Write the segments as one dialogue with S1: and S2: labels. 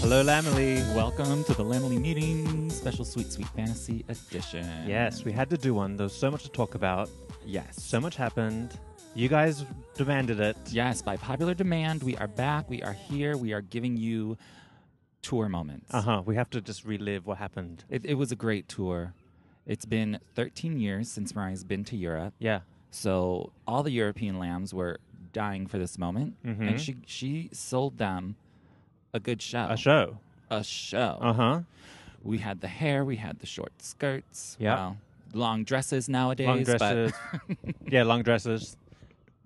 S1: Hello, Lamely. Welcome to the Lamely Meeting Special Sweet Sweet Fantasy Edition.
S2: Yes, we had to do one. There was so much to talk about.
S1: Yes.
S2: So much happened. You guys demanded it.
S1: Yes, by popular demand, we are back. We are here. We are giving you tour moments.
S2: Uh huh. We have to just relive what happened.
S1: It, it was a great tour. It's been 13 years since Mariah's been to Europe.
S2: Yeah.
S1: So all the European lambs were dying for this moment,
S2: Mm-hmm.
S1: and she she sold them a good show.
S2: A show.
S1: A show.
S2: Uh huh.
S1: We had the hair. We had the short skirts.
S2: Yeah.
S1: well, long dresses nowadays.
S2: Long
S1: but-
S2: dresses. yeah, long dresses.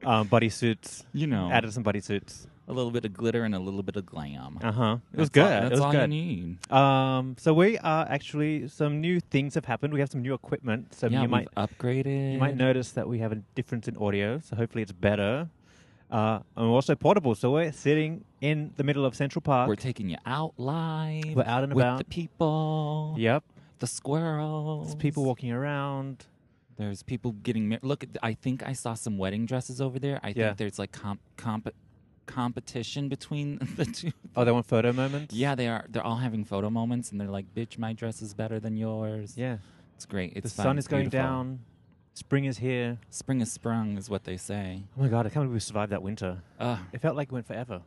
S2: Um, bodysuits.
S1: You know.
S2: Added some bodysuits.
S1: a little bit of glitter and a little bit of glam.
S2: Uh huh. It was
S1: That's all-
S2: good.
S1: that's
S2: it was
S1: all
S2: good.
S1: you need.
S2: Um, so we are actually some new things have happened. We have some new equipment. So
S1: yeah,
S2: you might
S1: we've upgraded.
S2: you might notice that we have a difference in audio. So hopefully it's better. Uh, and we're also portable. So we're sitting in the middle of Central Park.
S1: We're taking you out live.
S2: We're out and
S1: with
S2: about.
S1: the people.
S2: Yep.
S1: The squirrels.
S2: There's people walking around.
S1: There's people getting married. Look, at- I think I saw some wedding dresses over there. I
S2: Yeah.
S1: think there's like comp, comp competition between the two.
S2: Oh, they want photo moments?
S1: Yeah, they are. They're all having photo moments, and they're like, "Bitch, my dress is better than yours."
S2: Yeah.
S1: it's great.
S2: The
S1: It's fun.
S2: sun is
S1: It's
S2: going
S1: beautiful.
S2: down. Spring is here.
S1: Spring is sprung, is what they say.
S2: Oh my God, I can't believe we survived that winter.
S1: Ugh,
S2: It felt like it went forever.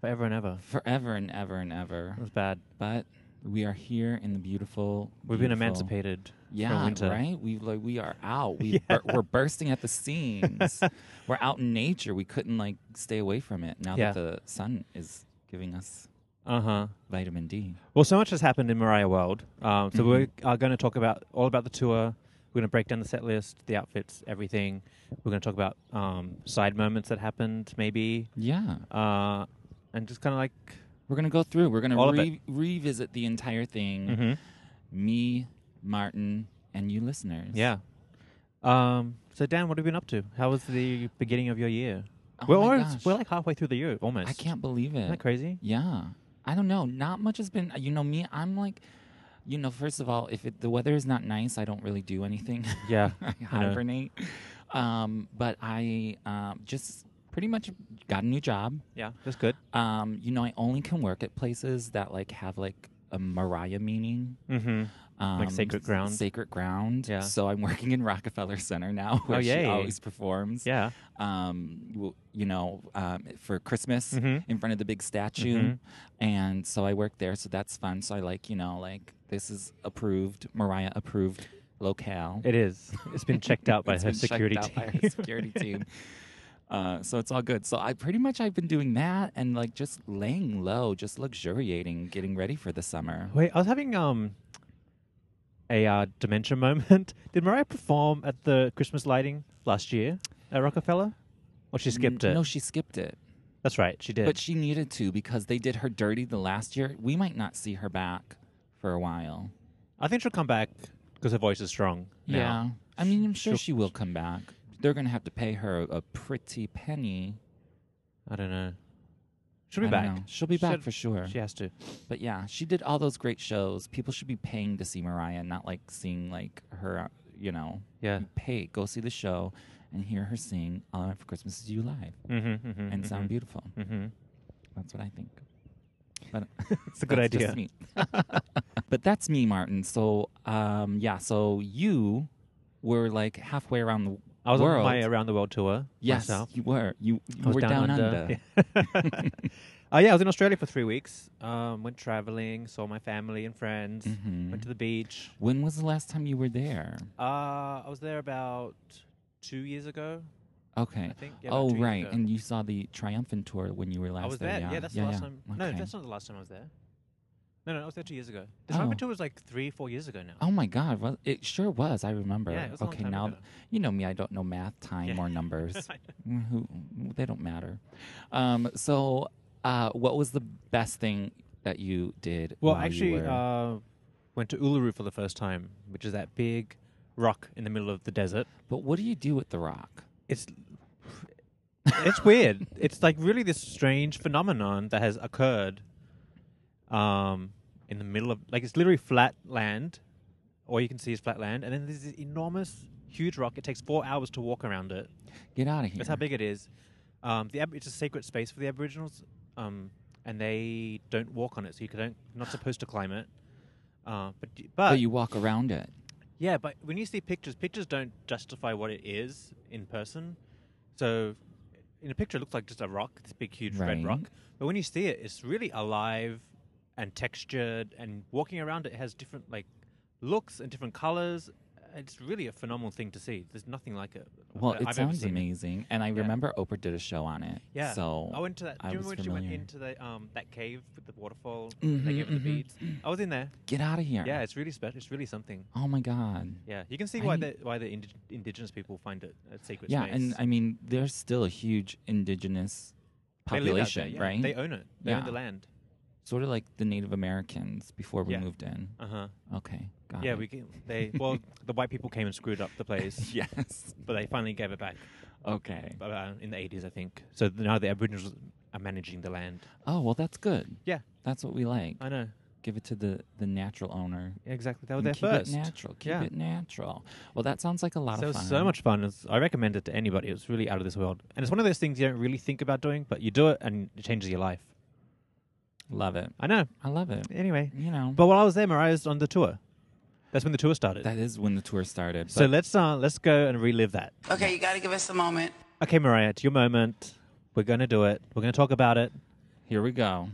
S2: Forever and ever.
S1: forever and ever and ever.
S2: It was bad.
S1: But we are here in the beautiful.
S2: We've been
S1: beautiful-
S2: emancipated
S1: Yeah,
S2: from winter.
S1: right. We like we are out. We bur- we're bursting at the seams. we're out in nature. We couldn't like stay away from it. Now
S2: Yeah.
S1: that the sun is giving us
S2: Uh huh.
S1: vitamin D.
S2: Well, so much has happened in Mariah World. Um, so we are going to talk about all about the tour. We're going to break down the set list, the outfits, everything. We're going to talk about um, side moments that happened, maybe,
S1: Yeah,
S2: uh, and just kind of like
S1: we're gonna go through. We're gonna
S2: All of it. Mm-hmm.
S1: re- revisit the entire thing. Me, Martin, and you listeners.
S2: Yeah. Um, so Dan, what have you been up to? How was the beginning of your year?
S1: Oh
S2: we're
S1: my
S2: almost,
S1: gosh.
S2: we're like halfway through the year almost.
S1: I can't believe it.
S2: Isn't that crazy?
S1: Yeah. I don't know. Not much has been, you know, me, I'm like, you know, first of all, if it, the weather is not nice, I don't really do anything.
S2: Yeah,
S1: I
S2: I know.
S1: hibernate. Um, but I um, just pretty much got a new job.
S2: Yeah, that's good.
S1: Um, you know, I only can work at places that like have like a Mariah meaning.
S2: Mm-hmm.
S1: Um,
S2: sacred ground?
S1: Sacred ground.
S2: Yeah. Oh,
S1: So I'm working in Rockefeller Center now, where she
S2: yay.
S1: always performs
S2: Yeah.
S1: um, w- you know, um, for Christmas
S2: Mhm.
S1: in front of the big statue.
S2: Mhm.
S1: And so I work there, so that's fun. So I like, you know, like this is approved, Mariah approved locale.
S2: It is. It's been checked out by
S1: It's
S2: her
S1: been checked
S2: security
S1: out
S2: team.
S1: by her security team. Uh, so it's all good. So I pretty much I've been doing that and like just laying low, just luxuriating, getting ready for the summer.
S2: Wait, I was having um a uh, dementia moment. Did Mariah perform at the Christmas lighting last year at Rockefeller? Or she skipped
S1: N-
S2: it?
S1: No, she skipped it.
S2: That's right, she did.
S1: But she needed to because they did her dirty the last year. We might not see her back for a while.
S2: I think she'll come back because her voice is strong.
S1: Yeah.
S2: Now.
S1: I mean, I'm sure
S2: She'll-
S1: she will come back. They're going to have to pay her a pretty penny.
S2: Yeah. I don't know. She'll be
S1: I
S2: back.
S1: don't know. She'll be back
S2: She'll-
S1: for sure.
S2: She has to.
S1: But yeah, she did all those great shows. People should be paying to see Mariah, not like seeing like her, uh, you know.
S2: Yeah.
S1: You Pay, go see the show and hear her sing All I Want for Christmas Is You live
S2: Mm-hmm, mm-hmm,
S1: and sound beautiful.
S2: Mm-hmm.
S1: That's what I think. But
S2: It's a good
S1: that's
S2: idea.
S1: just me. but that's me, Martin. So um, yeah, so you were like halfway around the
S2: I was
S1: world.
S2: on my around the world tour
S1: yes,
S2: myself.
S1: you were. You, you
S2: I was
S1: were down, under.
S2: Yeah. uh, yeah, I was in Australia for three weeks. Um, went traveling, saw my family and friends.
S1: Mm-hmm.
S2: Went to the beach.
S1: When was the last time you were there?
S2: Uh, I was there about two years ago.
S1: Okay.
S2: I think. Yeah, about
S1: Oh
S2: two years
S1: right,
S2: ago.
S1: and you saw the triumphant tour when you were last
S2: I was
S1: there.
S2: there. Yeah, that's the last time. No,
S1: Okay.
S2: that's not the last time I was there. No, no, I was there two years ago. The
S1: Oh.
S2: Trumpet Tour was like three, four years ago now.
S1: Oh my God! Well, it sure was. I remember.
S2: Yeah, it was a long
S1: okay,
S2: time
S1: now
S2: ago.
S1: you know me. I don't know math, time,
S2: Yeah.
S1: or numbers. Mm, Who they don't matter. Um, so, uh, what was the best thing that you did?
S2: Well,
S1: while you
S2: actually,
S1: were-
S2: uh, went to Uluru for the first time, which is that big rock in the middle of the desert.
S1: but what do you do with the rock?
S2: It's it's weird. It's like really this strange phenomenon that has occurred um, in the middle of like it's literally flat land. All you can see is flat land, and then there's this enormous, huge rock. It takes four hours to walk around it.
S1: Get out of here!
S2: That's how big it is. Um, the Ab- it's a sacred space for the Aboriginals, um, and they don't walk on it, so you don't you're not supposed to climb it. Uh, but y- but,
S1: But you walk around it.
S2: yeah, but when you see pictures, pictures don't justify what it is in person. So in a picture, it looks like just a rock, this big, huge red
S1: Right.
S2: rock. But when you see it, it's really alive and textured, and walking around it has different like looks and different colors. It's really a phenomenal thing to see. There's nothing like it.
S1: Well,
S2: that
S1: it
S2: I've ever
S1: sounds
S2: seen.
S1: amazing, and I remember Oprah did a show on it.
S2: Yeah.
S1: So
S2: I went to that. Do
S1: I
S2: you remember
S1: was
S2: when she went
S1: familiar.
S2: into the um that cave with the waterfall?
S1: Mhm,
S2: they gave her the
S1: mhm.
S2: beads. I was in there.
S1: Get out of here!
S2: Yeah, it's really special. It's really something.
S1: Oh my God.
S2: Yeah, you can see
S1: I
S2: why the
S1: need-
S2: why the indi- indigenous people find it a sacred
S1: Yeah,
S2: space.
S1: and I mean, there's still a huge indigenous
S2: They live out there,
S1: population,
S2: yeah.
S1: right?
S2: They own it. They own the
S1: Yeah.
S2: land.
S1: sort of like the Native Americans before we
S2: Yeah.
S1: moved in.
S2: Uh huh.
S1: Okay, got
S2: Yeah,
S1: it.
S2: we can, they well the white people came and screwed up the place,
S1: yes.
S2: but they finally gave it back
S1: Okay.
S2: uh, in the eighties, I think. So now the Aboriginals are managing the land.
S1: Oh well, that's good.
S2: Yeah.
S1: That's what we like.
S2: I know
S1: Give it to the the natural owner.
S2: exactly. They were
S1: and
S2: there
S1: keep
S2: Oh, first.
S1: it natural. Keep
S2: Yeah.
S1: it natural. Well, that sounds like a lot
S2: so
S1: of
S2: it
S1: fun.
S2: was so much fun. It's, I recommend it to anybody. It was really out of this world, and it's one of those things you don't really think about doing, but you do it, and it changes your life.
S1: Love it.
S2: I know.
S1: I love it.
S2: Anyway,
S1: You know.
S2: but while I was there, Mariah's on the tour. That's when the tour started.
S1: that is when the tour started.
S2: so
S1: but-
S2: let's uh, let's go and relive that.
S3: Okay, you got to give us a moment.
S2: Okay, Mariah, it's your moment. We're gonna do it. We're gonna talk about it.
S1: here we go.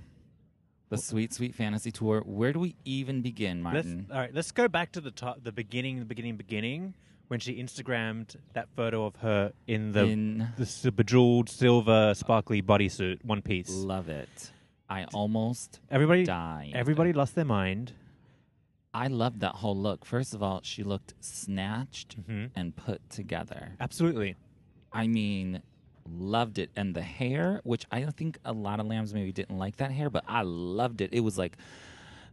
S1: The sweet, sweet fantasy tour. Where do we even begin,
S2: Let's, uh,
S1: Martin?
S2: all right, let's go back to the top, the beginning, the beginning, beginning, when she Instagrammed that photo of her in the
S1: In-
S2: the s- bejeweled silver sparkly bodysuit, one piece.
S1: Love it. I almost
S2: Everybody,
S1: died.
S2: everybody lost their mind.
S1: I loved that whole look. First of all, she looked snatched
S2: Mm-hmm.
S1: and put together.
S2: Absolutely.
S1: I mean, loved it. And the hair, which I don't think a lot of lambs maybe didn't like that hair, but I loved it. It was like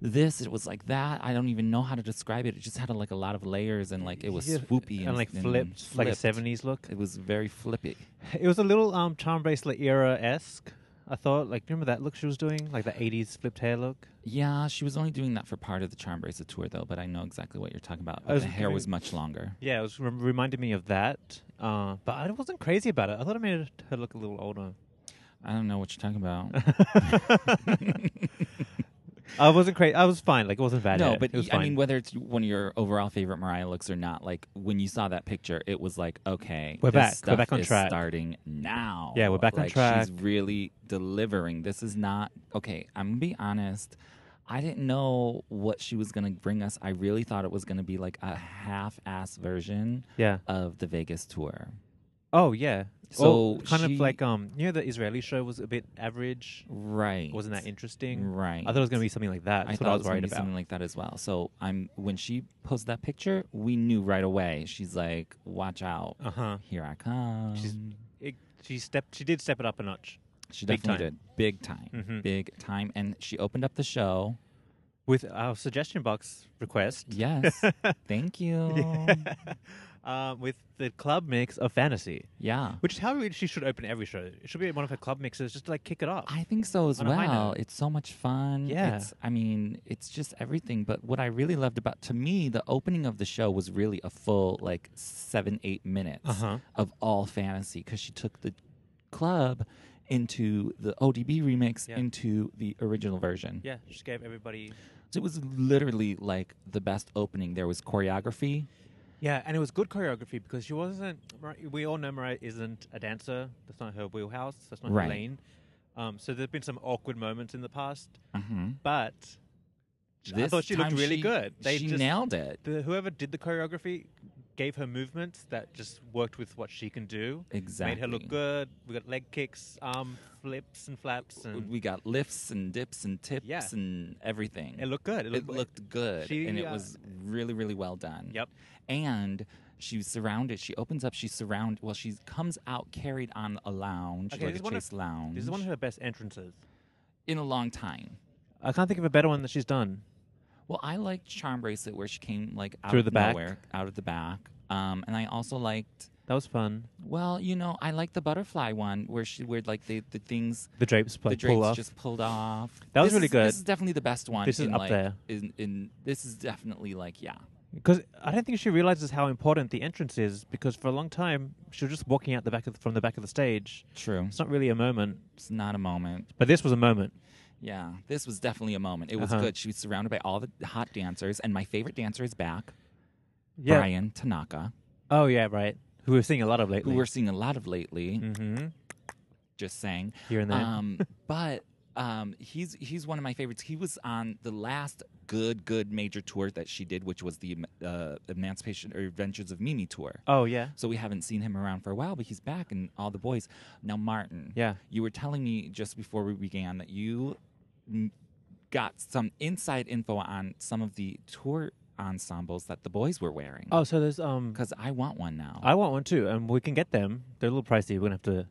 S1: this, it was like that. I don't even know how to describe it. It just had like a lot of layers and like it was
S2: Yeah,
S1: swoopy and,
S2: and like
S1: and
S2: flipped, like a
S1: flipped.
S2: seventies look.
S1: It was very flippy.
S2: It was a little um charm bracelet era esque. I thought, like, remember that look she was doing, like the eighties flipped hair look.
S1: Yeah, she was only doing that for part of the Charm Bracelet tour, though. But I know exactly what you're talking about.
S2: was
S1: the hair
S2: giving-
S1: was much longer.
S2: Yeah, it was rem- reminded me of that. Uh, but I wasn't crazy about it. I thought it made her look a little older.
S1: I don't know what you're talking about.
S2: I wasn't crazy. I was fine. Like, it wasn't bad.
S1: No,
S2: hair.
S1: but
S2: it was
S1: y- I
S2: fine.
S1: mean, whether it's one of your overall favorite Mariah looks or not, like when you saw that picture, it was like, okay,
S2: We're
S1: this
S2: back. We're
S1: stuff
S2: back on
S1: is
S2: track.
S1: Starting now.
S2: Yeah, we're back on
S1: Like,
S2: track.
S1: She's really delivering. This is not okay. I'm gonna be honest. I didn't know what she was gonna bring us. I really thought it was gonna be like a half-ass version
S2: yeah.
S1: of the Vegas tour.
S2: Oh yeah.
S1: So
S2: Well, kind
S1: she-
S2: of like um, you know, the Israeli show was a bit average.
S1: Right.
S2: Wasn't that interesting?
S1: Right.
S2: I thought it was gonna be something like that. That's
S1: I
S2: what
S1: thought
S2: I
S1: it
S2: was
S1: gonna
S2: worried
S1: be
S2: about.
S1: something like that as well. So I'm when she posted that picture, we knew right away. She's like, "Watch out,
S2: Uh-huh.
S1: here I come."
S2: She's- it, she stepped. She did step it up a notch
S1: she
S2: big
S1: definitely
S2: time.
S1: did big time,
S2: Mhm.
S1: big time, and she opened up the show.
S2: with our suggestion box request.
S1: Yes, thank you. Yeah.
S2: um, with the club mix of fantasy, which is how really she should open every show. It should be one of her club mixes, just to like kick it off.
S1: I think so as
S2: On a high
S1: well.
S2: note.
S1: It's so much fun.
S2: Yeah.
S1: It's, I mean, it's just everything. But what I really loved about, to me, the opening of the show was really a full, like, seven, eight minutes
S2: Uh-huh.
S1: of all fantasy because she took the club into the ODB remix
S2: Yeah.
S1: into the original version.
S2: yeah, she gave everybody.
S1: So it was literally like the best opening. There was choreography.
S2: Yeah, and it was good choreography because she wasn't. Mar- We all know Mariah isn't a dancer. That's not her wheelhouse. That's not
S1: Right.
S2: her lane. Um, so there's been some awkward moments in the past,
S1: Mm-hmm.
S2: but I thought she looked really good. They
S1: she
S2: just-
S1: nailed it.
S2: the, whoever did the choreography gave her movements that just worked with what she can do. Made her
S1: Exactly.
S2: look good. We got leg kicks, arm flips, and flaps, and
S1: We got lifts and dips and tips
S2: Mm. Yeah.
S1: and everything.
S2: it looked good.
S1: it looked good
S2: She,
S1: and it
S2: uh,
S1: was really really well done
S2: Yep.
S1: and she's surrounded she opens up she's surrounded well she comes out carried on a lounge
S2: Okay,
S1: like
S2: this
S1: a
S2: is one of-
S1: chase lounge
S2: This is one of her best entrances.
S1: in a long time
S2: I can't think of a better one that she's done.
S1: well i liked charm bracelet where she came like out
S2: Through
S1: of
S2: the back?
S1: nowhere out of the back um, and i also liked
S2: That was fun.
S1: well you know i liked the butterfly one where she where like the, the things
S2: The drapes
S1: the
S2: like pull
S1: drapes
S2: off.
S1: just pulled off.
S2: That was
S1: This
S2: really
S1: is- This
S2: good.
S1: is definitely the best one.
S2: This is
S1: in,
S2: up
S1: like,
S2: there.
S1: In, in this is definitely like yeah,
S2: Because I don't think she realizes how important the entrance is. Because for a long time, she was just walking out the back of the, from the back of the stage.
S1: true.
S2: It's not really a moment,
S1: It's not a moment.
S2: but this was a moment.
S1: Yeah, this was definitely a moment. It was
S2: Uh-huh.
S1: good. She was surrounded by all the hot dancers, and my favorite dancer is back, Brian Tanaka,
S2: Oh yeah, right. Who we're seeing a lot of lately.
S1: who we're seeing a lot of lately.
S2: mm-hmm.
S1: Just saying.
S2: here and there.
S1: Um, but um, he's he's one of my favorites. He was on the last good good major tour that she did, which was the uh, Emancipation or Adventures of Mimi tour.
S2: oh yeah,
S1: So we haven't seen him around for a while, but he's back, and all the boys. Now Martin,
S2: yeah.
S1: you were telling me just before we began that you n- got some inside info on some of the tour ensembles that the boys were wearing.
S2: Oh, so there's um.
S1: Because I want one now.
S2: I want one too, and we can get them. They're a little pricey. We're gonna have to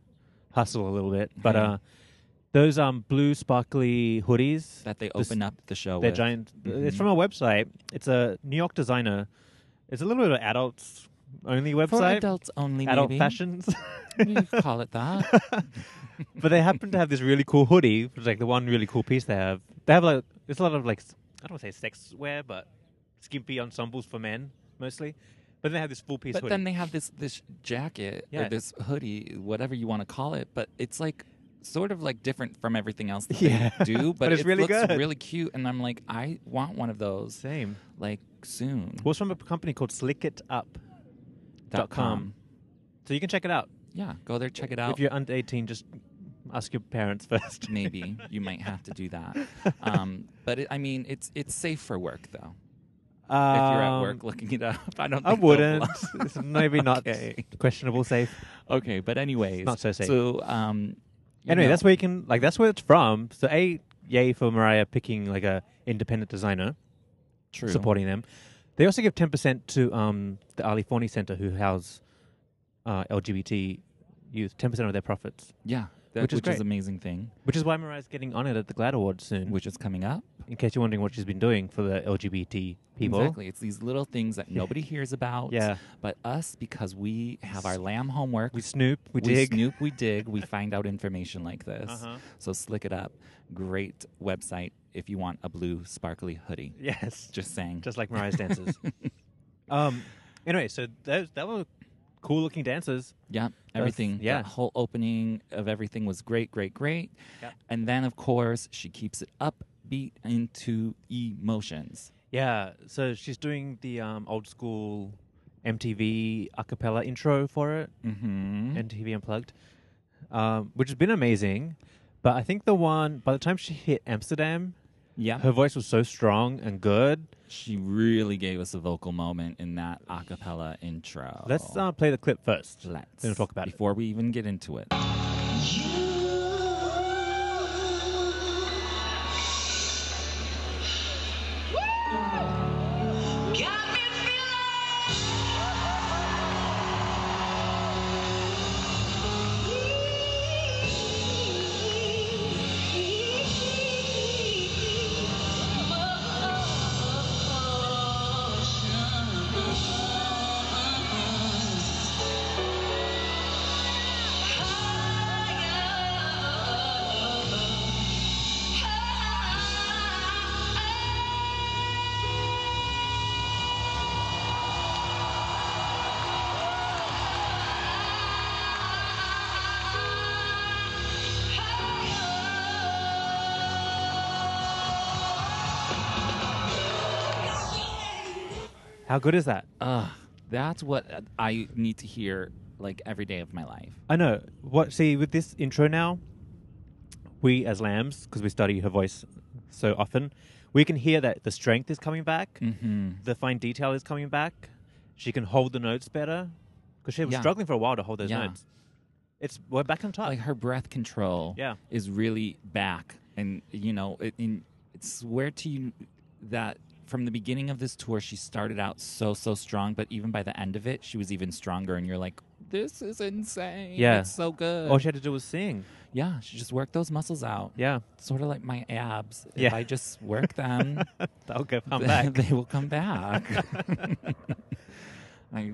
S2: hustle a little bit, but
S1: Yeah.
S2: uh, those um blue sparkly hoodies.
S1: that they
S2: this-
S1: open up the show
S2: They're
S1: with.
S2: giant. It's
S1: Mhm.
S2: from a website. It's a New York designer. It's a little bit of adults only website.
S1: For adults only,
S2: Adult
S1: maybe.
S2: fashions.
S1: We could call it that.
S2: but they happen to have this really cool hoodie, which is like the one really cool piece they have. They have like there's a lot of like s- I don't want to say sex wear, but skimpy ensembles for men mostly. But they have this full piece
S1: but
S2: hoodie.
S1: then they have this this jacket or
S2: Yeah.
S1: this hoodie, whatever you want to call it. But it's like sort of like different from everything else that
S2: Yeah.
S1: they do. But,
S2: But it's
S1: it
S2: really
S1: looks
S2: good.
S1: really cute, and I'm like, I want one of those
S2: Same.
S1: like soon.
S2: Well, it's from a p- company called SlickItUp.com.
S1: Dot com.
S2: So you can check it out.
S1: Yeah, go there, check it out.
S2: If you're under 18, just ask your parents first.
S1: maybe you might have to do that. Um, but it, I mean, it's it's safe for work though. If you're at work
S2: Um,
S1: looking it up, I don't. Think
S2: I
S1: they'll
S2: wouldn't.
S1: block-
S2: it's maybe not
S1: Okay.
S2: questionable safe.
S1: okay, but anyways,
S2: not so safe.
S1: So um, you
S2: Anyway,
S1: know,
S2: that's where you can like that's where it's from. So a yay for Mariah picking like a independent designer.
S1: true.
S2: supporting them. They also give ten percent to um, the Ali Forney Center, who house uh, LGBT youth. Ten percent of their profits,
S1: Yeah, that, which,
S2: which is
S1: is,
S2: great.
S1: an amazing thing,
S2: which is why Mariah's getting honored at the GLAD Awards soon.
S1: which is coming up.
S2: in case you're wondering what she's been doing for the LGBT people,
S1: Exactly, it's these little things that nobody hears about.
S2: Yeah.
S1: but us because we have our lamb homework.
S2: we snoop, we,
S1: we
S2: dig.
S1: snoop, we dig, we find out information like this.
S2: Uh-huh.
S1: So slick it up. Great website if you want a blue sparkly hoodie.
S2: Yes,
S1: Just saying.
S2: just like Mariah's dances. um, anyway, so those that were cool looking dances.
S1: yeah, everything.
S2: yeah.
S1: that whole opening of everything was great, great, great.
S2: Yep.
S1: And then of course she keeps it upbeat into emotions.
S2: Yeah, so she's doing the um, old school MTV a cappella intro for it.
S1: Mm-hmm.
S2: MTV Unplugged, um, which has been amazing. But I think the one by the time she hit Amsterdam,
S1: yeah,
S2: her voice was so strong and good.
S1: she really gave us a vocal moment in that a cappella intro.
S2: Let's uh, play the clip first.
S1: let's
S2: then we'll talk about it.
S1: before we even get into it.
S3: Got me feeling.
S2: How good is that?
S1: Ugh, That's what I need to hear like every day of my life.
S2: I know. What? See, with this intro now, we as lambs, because we study her voice so often, we can hear that the strength is coming back,
S1: Mm-hmm.
S2: the fine detail is coming back. She can hold the notes better because she was
S1: Yeah.
S2: struggling for a while to hold those
S1: Yeah.
S2: notes. It's we're back on top.
S1: Like uh, her breath control
S2: Yeah.
S1: is really back, and you know, it, in, swear to you that from the beginning of this tour, she started out so so strong, but even by the end of it, she was even stronger, and you're like, this is insane.
S2: Yeah.
S1: it's so good.
S2: All she had to do was sing.
S1: yeah, she just worked those muscles out.
S2: Yeah,
S1: Sort of like my abs. If
S2: Yeah.
S1: I just work them,
S2: that'll go come back.
S1: they will come back. I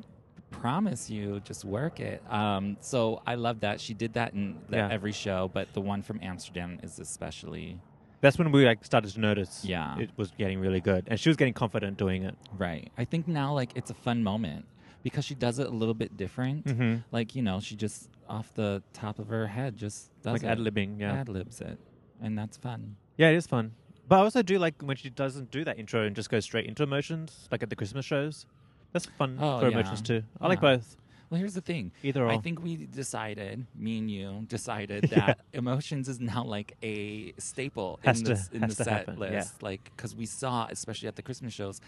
S1: promise you, just work it. Um, so I love that she did that in the,
S2: Yeah.
S1: every show, but the one from Amsterdam is especially
S2: That's when we like started to notice.
S1: Yeah.
S2: it was getting really good, and she was getting confident doing it.
S1: right. I think now, like, it's a fun moment because she does it a little bit different.
S2: Mm-hmm.
S1: Like, you know, she just off the top of her head just does
S2: Like
S1: it.
S2: ad libbing. Yeah,
S1: ad libs it, and that's fun.
S2: yeah, it is fun. But I also do like when she doesn't do that intro and just goes straight into emotions, like at the Christmas shows. That's fun
S1: Oh,
S2: for
S1: yeah.
S2: emotions too. I like
S1: Yeah.
S2: both.
S1: Well, here's the thing.
S2: Either or.
S1: I think we decided, me and you decided that emotions is now like a staple
S2: Has
S1: in,
S2: to-
S1: this, in the
S2: has to
S1: set
S2: happen, yeah.
S1: list. Like, because we saw, especially at the Christmas shows,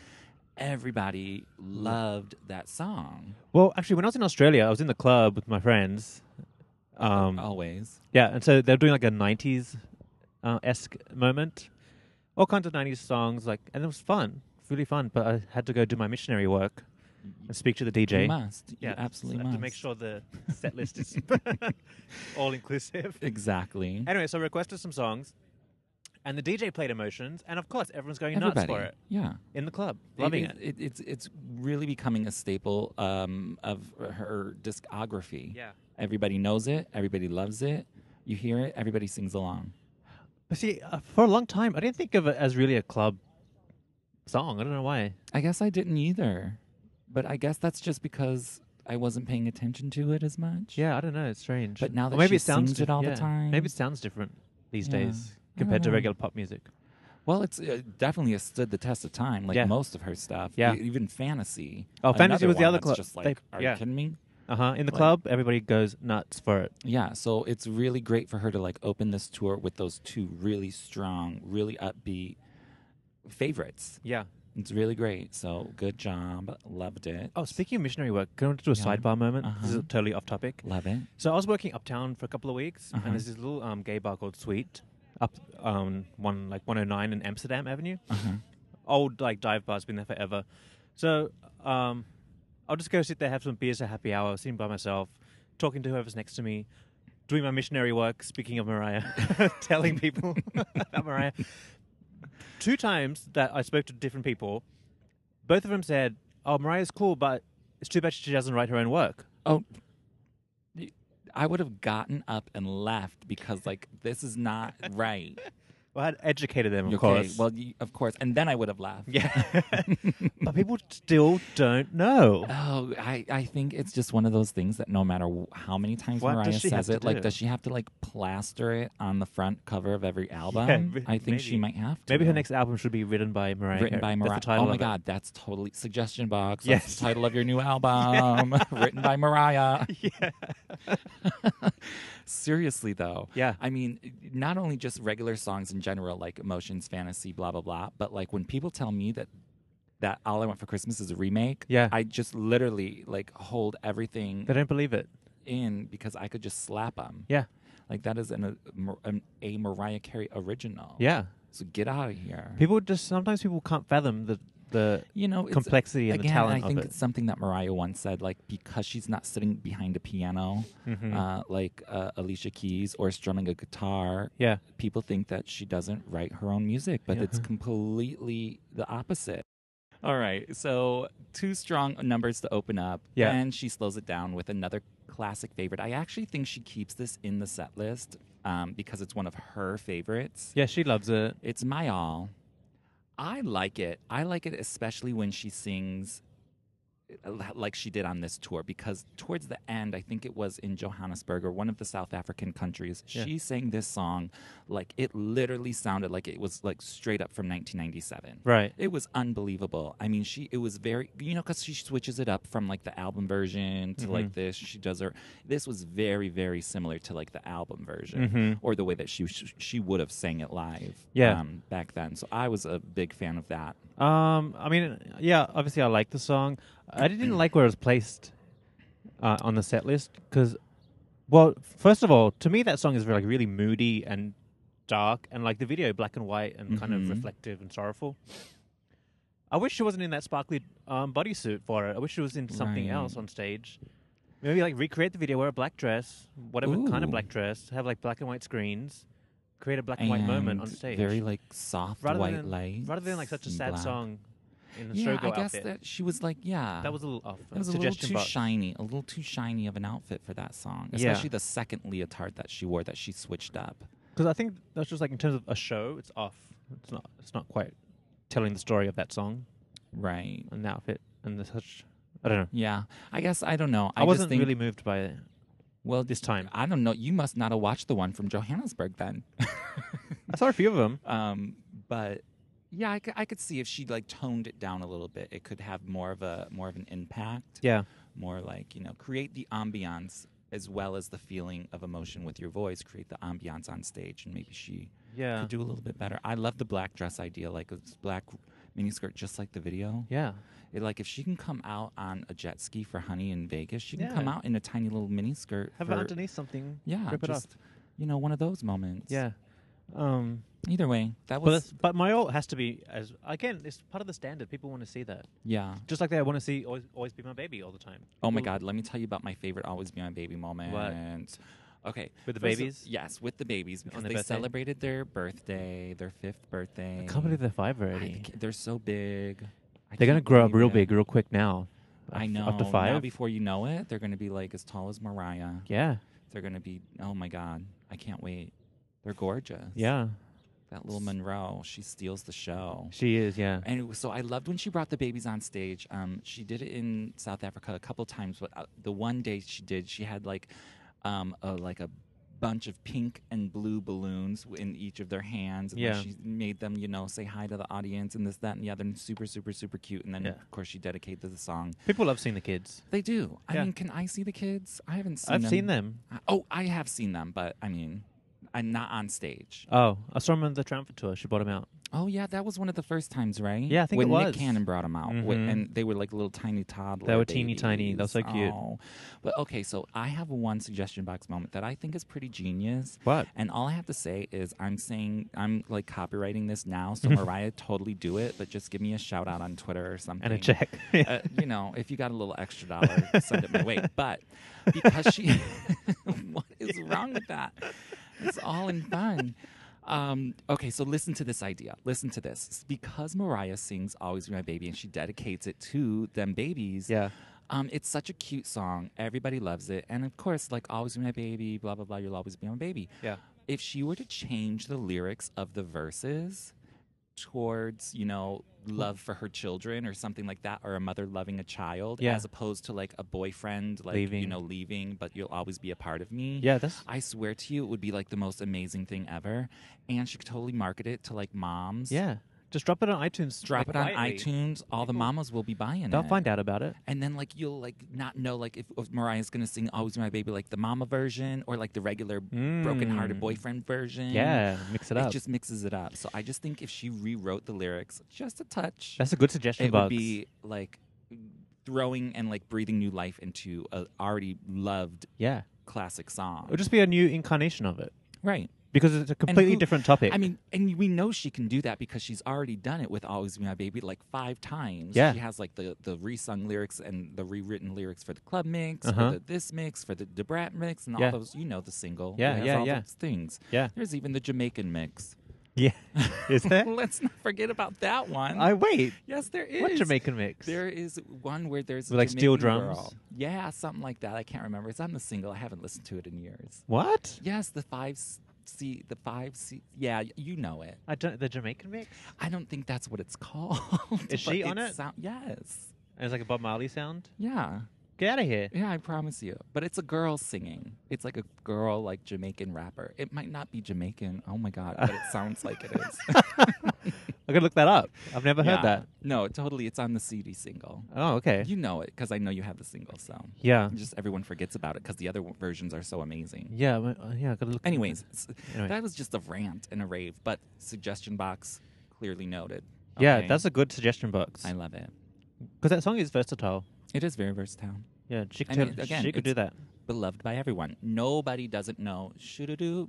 S1: everybody
S2: Mm.
S1: loved that song
S2: Well, actually, when I was in Australia, I was in the club with my friends. Um,
S1: Oh. always.
S2: Yeah, and so they're doing like a '90s uh, esque moment, all kinds of '90s songs, like, and it was fun, really fun. But I had to go do my missionary work and speak to the DJ.
S1: You must.
S2: Yeah,
S1: you absolutely
S2: so I have
S1: must.
S2: to make sure the set list is all inclusive.
S1: Exactly.
S2: Anyway, so I requested some songs, and the DJ played Emotions, and of course, everyone's going nuts
S1: Everybody.
S2: for it
S1: Yeah.
S2: in the club, loving it.
S1: is- It's it's really becoming a staple um, of her discography.
S2: Yeah.
S1: Everybody knows it. Everybody loves it. You hear it. Everybody sings along.
S2: But see, uh, for a long time, I didn't think of it as really a club song. I don't know why.
S1: I guess I didn't either. But I guess that's just because I wasn't paying attention to it as much.
S2: Yeah, I don't know. It's strange.
S1: But now
S2: Or
S1: that
S2: maybe
S1: she
S2: it sounds
S1: sings it all the
S2: yeah,
S1: time.
S2: maybe it sounds different these
S1: Yeah,
S2: days
S1: I
S2: compared
S1: don't
S2: to
S1: know.
S2: regular pop music.
S1: Well, it's uh, definitely has stood the test of time, like
S2: Yeah.
S1: most of her stuff.
S2: Yeah.
S1: E- even Fantasy.
S2: Oh, Fantasy
S1: another
S2: was the
S1: one
S2: other
S1: that's
S2: cla-
S1: Just
S2: they-
S1: like, are
S2: yeah.
S1: you kidding me?
S2: Uh huh. In the
S1: Like-
S2: club, everybody goes nuts for it.
S1: Yeah. So it's really great for her to like open this tour with those two really strong, really upbeat favorites.
S2: Yeah.
S1: It's really great. So good job. Loved it.
S2: Oh, speaking of missionary work, can I do a
S1: Yeah.
S2: sidebar moment? This is
S1: Uh-huh.
S2: totally off topic.
S1: Love it.
S2: So I was working uptown for a couple of weeks,
S1: Uh-huh.
S2: and there's this little um, gay bar called Sweet up um, one like 109 in Amsterdam Avenue.
S1: Uh-huh.
S2: Old like dive bar's been there forever. So um, I'll just go sit there, have some beers, a happy hour, sitting by myself, talking to whoever's next to me, doing my missionary work. Speaking of Mariah, telling people about Mariah. Two times that I spoke to different people, both of them said, "Oh, Mariah's cool, but it's too bad she doesn't write her own work."
S1: Oh, y- I would have gotten up and left because like this is not right.
S2: Well, I had educated them, of
S1: okay.
S2: course.
S1: Well, you, of course, and then I would have left.
S2: Yeah. but people still don't know.
S1: Oh, I, I think it's just one of those things that no matter wh- how many times
S2: What does
S1: Mariah
S2: she have
S1: says
S2: to
S1: it, like
S2: do?
S1: does she have to like plaster it on the front cover of every album?
S2: m-
S1: I think she
S2: maybe.
S1: might have to.
S2: Maybe her next album should be written by Mariah.
S1: written
S2: Carey.
S1: by
S2: That's
S1: Mariah.
S2: the title
S1: Oh my
S2: of it.
S1: God, that's totally suggestion box.
S2: Yes.
S1: That's the title of your new album, written by Mariah. Seriously though,
S2: Yeah.
S1: I mean, not only just regular songs in general, like emotions, fantasy, blah blah blah, but like when people tell me that that all I want for Christmas is a remake,
S2: Yeah.
S1: I just literally like hold everything
S2: They don't believe it.
S1: in because I could just slap them.
S2: Yeah.
S1: Like that is an, a, a Mariah Carey original.
S2: Yeah.
S1: So get out of here.
S2: People just sometimes people can't fathom the the
S1: you know, it's-
S2: complexity and
S1: again,
S2: the talent
S1: I think
S2: of it.
S1: it's something that Mariah once said, like because she's not sitting behind a piano, uh, like uh, Alicia Keys, or strumming a guitar.
S2: Yeah.
S1: people think that she doesn't write her own music, but it's completely the opposite. All right, so two strong numbers to open up.
S2: Yeah.
S1: and she slows it down with another classic favorite. I actually think she keeps this in the set list um, because it's one of her favorites.
S2: Yeah, she loves it.
S1: It's my all. I like it. I like it especially when she sings uh, like she did on this tour because towards the end i think it was in johannesburg or one of the south african countries she sang this song like it literally sounded like it was like straight up from 1997
S2: Right.
S1: it was unbelievable i mean she it was very you know because she switches it up from like the album version to like this she does her this was very very similar to like the album version or the way that she she would have sang it live
S2: Yeah.
S1: um, back then so i was a big fan of that
S2: Um, I mean, yeah, obviously I like the song. I didn't like where it was placed uh, on the set list because, well, first of all, to me that song is like really moody and dark, and like the video, black and white and kind of
S1: Mhm.
S2: reflective and sorrowful. I wish she wasn't in that sparkly um, bodysuit for it. I wish she was in something
S1: Right.
S2: else on stage. Maybe like recreate the video, wear a black dress, whatever kind of
S1: Ooh.
S2: black dress, have like black and white screens, create a black and white moment on
S1: and
S2: stage
S1: Very like soft
S2: rather
S1: white
S2: than
S1: light.
S2: rather than like such a sad song in the
S1: Yeah,
S2: Strogo
S1: I guess
S2: outfit. That,
S1: that she was like, yeah,
S2: was a little off.
S1: that was a little
S2: suggestion
S1: too
S2: box.
S1: shiny, a little too shiny of an outfit for that song,
S2: Yeah.
S1: especially the second leotard that she wore that she switched up.
S2: Because I think that's just like in terms of a show, it's off. It's not. It's not quite telling the story of that song
S1: Right.
S2: and the outfit and the such. I don't know.
S1: Yeah. I guess I don't know. I,
S2: I,
S1: just
S2: wasn't
S1: think,
S2: really moved by it
S1: well
S2: this time.
S1: I don't know. You must not have watched the one from Johannesburg then.
S2: I saw a few of them.
S1: um, but yeah, I, cou- I could see if she like toned it down a little bit, it could have more of a more of an impact.
S2: Yeah.
S1: more like you know create the ambiance as well as the feeling of emotion with your voice create the ambiance on stage and maybe she
S2: Yeah.
S1: could do a little bit better i love the black dress idea like it's black miniskirt just like the video
S2: Yeah.
S1: it, like if she can come out on a jet ski for honey in vegas she can come
S2: Yeah.
S1: out in a tiny little miniskirt
S2: Have
S1: for,
S2: it underneath something.
S1: yeah
S2: Rip it off.
S1: just you know one of those moments
S2: Yeah. Um.
S1: either way that
S2: But
S1: was
S2: that's, but my alt has to be as again. It's part of the standard. People want to see that.
S1: yeah
S2: Just like they want to see always, always be my baby all the time.
S1: Oh my
S2: People-
S1: God, let me tell you about my favorite Always Be My Baby moment. Okay.
S2: With the
S1: first of-
S2: babies?
S1: yes, with the babies because
S2: their
S1: they
S2: birthday?
S1: celebrated their birthday, their fifth birthday.
S2: I can't believe they're five
S1: I-
S2: already.
S1: the ki- They're so big. I
S2: They're gonna
S1: can't
S2: grow up
S1: believe
S2: real
S1: it.
S2: big, real quick now.
S1: I
S2: Af-
S1: know.
S2: After five,
S1: Now before you know it, they're going to be like as tall as Mariah.
S2: yeah,
S1: They're going to be, oh my God, I can't wait. They're gorgeous.
S2: yeah,
S1: That little Monroe, she steals the show.
S2: she is. Yeah,
S1: And it was, so I loved when she brought the babies on stage. Um, she did it in South Africa a couple times, but uh, the one day she did, she had like um, a, like a bunch of pink and blue balloons w- in each of their hands. And like,
S2: Yeah.
S1: she made them, you know, say hi to the audience and this, that, and the other, and super, super, super cute. And then
S2: Yeah.
S1: of course she dedicated the song.
S2: people love seeing the kids.
S1: They do. I
S2: Yeah.
S1: mean, can I see the kids? I haven't seen.
S2: I've
S1: them.
S2: seen them.
S1: I- oh, I have seen them, but I mean, I'm not on stage.
S2: Oh, I saw them on the Triumph tour. She brought them out.
S1: Oh yeah, that was one of the first times, right?
S2: Yeah, I think
S1: when
S2: it
S1: Nick
S2: was.
S1: Cannon brought them out, wh-
S2: Mhm.
S1: and they were like little tiny toddlers.
S2: were teeny tiny. They were so cute.
S1: But okay, so I have one suggestion box moment that I think is pretty genius.
S2: What?
S1: And all I have to say is I'm saying I'm like copywriting this now, so Mariah totally do it, but just give me a shout out on Twitter or something
S2: And a check.
S1: uh, you know, if you got a little extra dollar, send it my way. But because she, what is wrong with that? It's all in fun. Um, okay, so listen to this idea. Listen to this. Because Mariah sings Always Be My Baby and she dedicates it to them babies.
S2: Yeah.
S1: Um, it's such a cute song. Everybody loves it. And of course, like, always be my baby, blah, blah, blah, you'll always be my baby.
S2: Yeah.
S1: If she were to change the lyrics of the verses, towards you know
S2: Mm.
S1: love for her children or something like that or a mother loving a child
S2: Yeah.
S1: as opposed to like a boyfriend like you
S2: Leaving.
S1: know leaving but you'll always be a part of me
S2: Yeah, that's-
S1: i swear to you it would be like the most amazing thing ever and she could totally market it to like moms
S2: yeah. Just drop it on iTunes.
S1: drop
S2: like,
S1: it on
S2: quietly.
S1: itunes all the mamas will be buying
S2: They'll
S1: it
S2: find out about it.
S1: and then like you'll like not know like if, if Mariah's gonna sing "Always Be My Baby" like the mama version or like the regular broken hearted
S2: Mm.
S1: boyfriend version.
S2: Yeah, mix it up.
S1: just mixes it up. So I just think if she rewrote the lyrics just a touch,
S2: That's a good suggestion
S1: it
S2: box.
S1: would be like throwing and like breathing new life into a already loved
S2: yeah,
S1: classic
S2: it would
S1: song.
S2: just be a new incarnation of it
S1: Right.
S2: because it's a
S1: And
S2: completely
S1: who-
S2: different topic.
S1: I mean, and we know she can do that because she's already done it with "Always Be My Baby" like five times.
S2: Yeah.
S1: she has like the the resung lyrics and the rewritten lyrics for the club mix,
S2: Uh-huh.
S1: for the this mix, for the Debrat mix, and
S2: Yeah.
S1: all those. You know, the single. It
S2: Yeah,
S1: has
S2: yeah,
S1: all
S2: yeah.
S1: Those things.
S2: Yeah.
S1: there's even the Jamaican mix.
S2: yeah, is there?
S1: Let's not forget about that one.
S2: I wait.
S1: yes, there is.
S2: What Jamaican mix?
S1: There is one where there's a
S2: With, like, steel
S1: Jamaican
S2: drums?
S1: girl. Yeah, something like that. I can't remember. It's on the single. I haven't listened to it in years.
S2: What?
S1: Yes, the five C, the five C. Yeah, y- you know it.
S2: I don't. The Jamaican mix.
S1: I don't think that's what it's called.
S2: Is
S1: but
S2: she on it?
S1: Sound, yes.
S2: And it's like a Bob Marley sound.
S1: Yeah.
S2: Get out of here.
S1: Yeah, I promise you. But it's a girl singing. It's like a girl, like Jamaican rapper. It might not be Jamaican. Oh my God. But it sounds like it is.
S2: I gotta look that up. I've never
S1: Yeah.
S2: heard that.
S1: No, totally. It's on the CD single.
S2: Oh, okay.
S1: You know it because I know you have the single. So
S2: yeah.
S1: just everyone forgets about it because the other w- versions are so amazing.
S2: Yeah. well, uh, Yeah. I gotta look.
S1: Anyways, s-
S2: Anyway.
S1: that was just a rant and a rave, but suggestion box clearly noted.
S2: Yeah,
S1: Okay.
S2: that's a good suggestion box.
S1: I love it.
S2: Because that song is versatile.
S1: It is very versatile.
S2: Yeah, she could,
S1: I mean,
S2: tell-
S1: again,
S2: she could do
S1: it's-
S2: that.
S1: Beloved by everyone. Nobody doesn't know. Shoodadoo.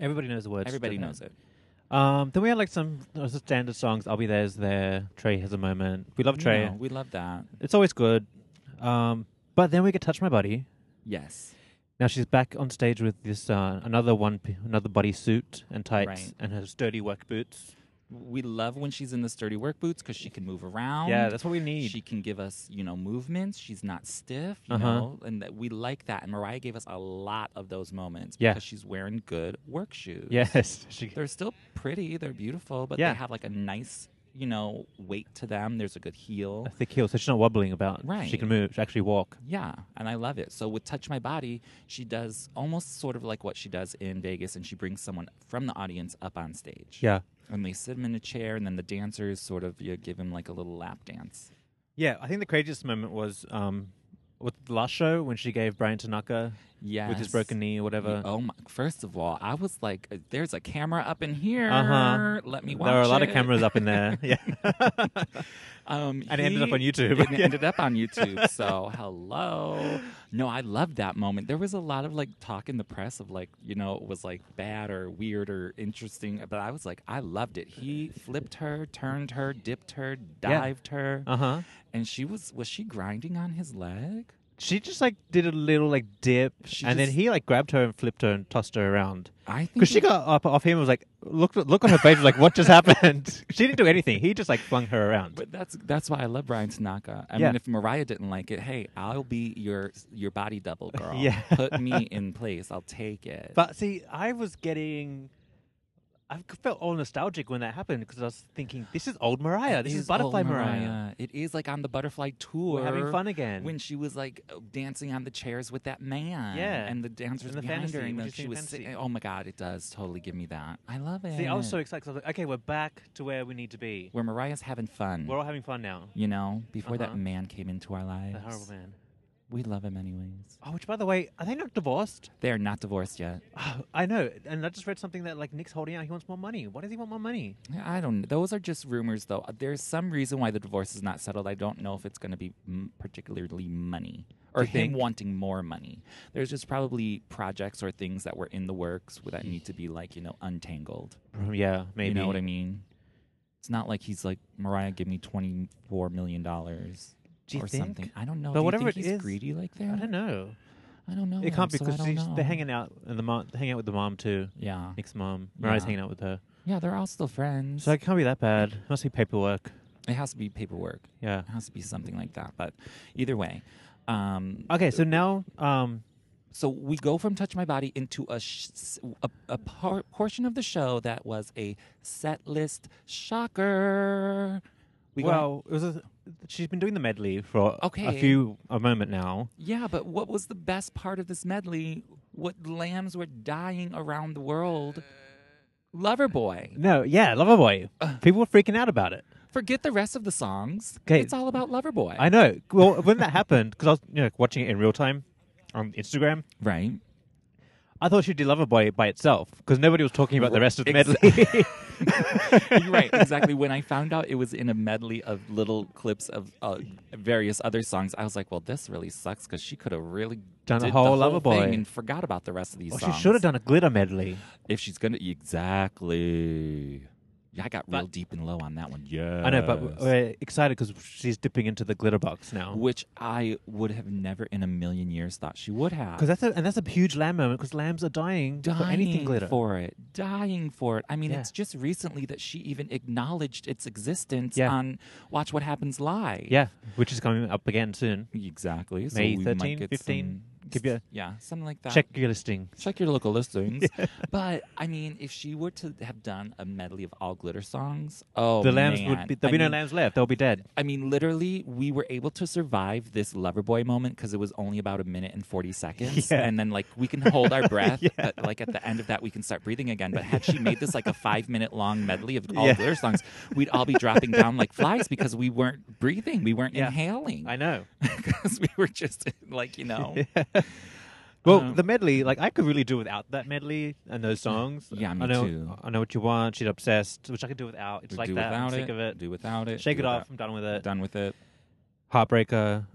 S2: Everybody knows the words.
S1: Everybody knows it.
S2: Um, then we had like some uh, standard songs. I'll be there's there. Trey has a moment. We love Trey.
S1: No, we love that.
S2: It's always good. Um, but then we get touch my body.
S1: Yes.
S2: Now she's back on stage with this uh, another one, p- another body suit and tights
S1: Right.
S2: and her sturdy work boots.
S1: We love when she's in the sturdy work boots because she can move around.
S2: Yeah, that's what we need.
S1: She can give us, you know, movements. She's not stiff, you
S2: Uh-huh.
S1: know, and that we like that. And Mariah gave us a lot of those moments
S2: Yeah.
S1: because she's wearing good work shoes.
S2: yes, she.
S1: They're still pretty, they're beautiful, but
S2: Yeah.
S1: they have like a nice, you know, weight to them. There's a good heel.
S2: A thick heel, so she's not wobbling about. She
S1: Right.
S2: can move. She actually walk.
S1: Yeah, and I love it. So with Touch My Body, she does almost sort of like what she does in Vegas, and she brings someone from the audience up on stage.
S2: Yeah.
S1: And they sit him in a chair, and then the dancers sort of you know, give him like a little lap dance.
S2: Yeah, I think the craziest moment was um, with the last show when she gave Brian Tanaka
S1: Yeah.
S2: with his broken knee or whatever.
S1: Oh my! First of all, I was like, uh, "There's a camera up in here.
S2: Uh-huh.
S1: Let me watch."
S2: There are a lot of
S1: it."
S2: cameras up in there. Yeah.
S1: Um,
S2: And it ended up
S1: he-
S2: on YouTube.
S1: It
S2: Yeah.
S1: ended up on YouTube. So hello. No, I loved that moment. There was a lot of like talk in the press of like, you know, it was like bad or weird or interesting. But I was like, I loved it. He flipped her, turned her, dipped her,
S2: Yeah.
S1: dived her.
S2: Uh huh.
S1: And she was was she grinding on his leg?
S2: She just like did a little like dip,
S1: She
S2: and
S1: just-
S2: then he like grabbed her and flipped her and tossed her around.
S1: I think
S2: Because she
S1: it-
S2: got up off him and was like, look, look on her face, like what just happened? she didn't do anything. He just like flung her around.
S1: But that's that's why I love Brian Tanaka. I
S2: Yeah.
S1: mean, if Mariah didn't like it, hey, I'll be your your body double girl.
S2: Yeah.
S1: put me in place. I'll take it.
S2: But see, I was getting. I felt all nostalgic when that happened because I was thinking, this is old Mariah. This is,
S1: old
S2: Butterfly Mariah.
S1: oh, It is like on the Butterfly tour.
S2: We're having fun again.
S1: When she was like dancing on the chairs with that man.
S2: Yeah.
S1: And the dancers
S2: And the
S1: behind
S2: fantasy,
S1: her. And
S2: when
S1: then
S2: she's
S1: she
S2: doing
S1: was
S2: fantasy.
S1: sitting. Oh my God, it does totally give me that. I love it.
S2: See, I was so excited. 'cause I was like, okay, we're back to where we need to be.
S1: Where Mariah's having fun.
S2: We're all having fun now.
S1: you know, before
S2: Uh-huh.
S1: that man came into our lives.
S2: The horrible man.
S1: We love him anyways.
S2: Oh, which by the way, are they not divorced?
S1: They are not divorced yet.
S2: Oh, I know, and I just read something that like Nick's holding out. He wants more money. Why does he want more money?
S1: I don't. Those are just rumors, though. Uh, There's some reason why the divorce is not settled. I don't know if it's going to be m- particularly money or
S2: Do you
S1: him
S2: think?
S1: wanting more money. There's just probably projects or things that were in the works that need to be like you know untangled.
S2: Yeah, maybe.
S1: You know what I mean? It's not like he's like Mariah, give me twenty four million dollars
S2: Do you
S1: or
S2: think?
S1: something. I don't know.
S2: But
S1: Do you
S2: whatever
S1: think
S2: it
S1: he's
S2: is,
S1: greedy like that.
S2: I don't know.
S1: I don't know.
S2: It can't be
S1: so I
S2: because
S1: don't
S2: she's-
S1: know.
S2: they're hanging out and the mom hanging out with the mom too.
S1: Yeah,
S2: Nick's mom. Mariah's
S1: Yeah.
S2: hanging out with her.
S1: yeah. They're all still friends.
S2: So it can't be that bad. must be paperwork.
S1: it has to be paperwork.
S2: Yeah.
S1: It has to be something like that. But either way. Um,
S2: Okay, so now um
S1: So we go from Touch My Body into a sh- a, a par- portion of the show that was a set list shocker. We go-
S2: well, it was a, she's been doing the medley for a
S1: Okay.
S2: few a moment now.
S1: yeah, but what was the best part of this medley? What lambs were dying around the world? Loverboy.
S2: No, yeah, Loverboy. People were freaking out about it.
S1: Forget the rest of the songs.
S2: 'Kay.
S1: It's all about Loverboy.
S2: I know. Well, when that happened, because I was you know watching it in real time on Instagram,
S1: right.
S2: I thought she did Loverboy by itself because nobody was talking about the rest of the
S1: Ex-
S2: medley.
S1: You're right, exactly. When I found out it was in a medley of little clips of uh, various other songs, I was like, "Well, this really sucks because she could have really
S2: Done a
S1: did
S2: whole
S1: the whole
S2: Loverboy.
S1: thing and forgot about the rest of these
S2: Well, she
S1: songs."
S2: should have done a glitter medley.
S1: if she's gonna exactly. Yeah, I got real deep and low on that one. Yeah,
S2: I know, but uh, w- we're excited because she's dipping into the glitter box now.
S1: which I would have never in a million years thought she would have.
S2: Because that's a, and that's a huge lamb moment because lambs are dying,
S1: dying
S2: for anything glitter.
S1: for it, dying for it. I mean,
S2: Yeah.
S1: it's just recently that she even acknowledged its existence
S2: Yeah.
S1: on Watch What Happens Live.
S2: yeah, which is coming up again soon.
S1: Exactly. So
S2: May
S1: we
S2: 13,
S1: might get
S2: 15.
S1: some
S2: Keep your
S1: yeah, something like that.
S2: check your listing.
S1: check your local listings. But I mean, if she were to have done a medley of all glitter songs, oh,
S2: the lambs
S1: man.
S2: would be
S1: I
S2: there'll be no
S1: mean,
S2: lambs left. They'll be dead.
S1: I mean, literally, we were able to survive this lover boy moment because it was only about a minute and 40 seconds.
S2: Yeah.
S1: And then, like, we can hold our breath, but, like, at the end of that, we can start breathing again. But had she made this, like, a five minute long medley of all
S2: Yeah.
S1: glitter songs, we'd all be dropping down like flies because we weren't breathing, we weren't
S2: Yeah.
S1: inhaling.
S2: I know.
S1: Because we were just, like, you know.
S2: Well,
S1: Um,
S2: the medley, like I could really do without that medley and those songs.
S1: Yeah, me
S2: I know,
S1: too.
S2: I know what you want. She's obsessed, which I could do without. It's like
S1: do
S2: that. I'm
S1: without
S2: sick
S1: it,
S2: of it.
S1: Do without it.
S2: Shake
S1: do
S2: it off.
S1: without-
S2: I'm done with it.
S1: Done with it.
S2: Heartbreaker.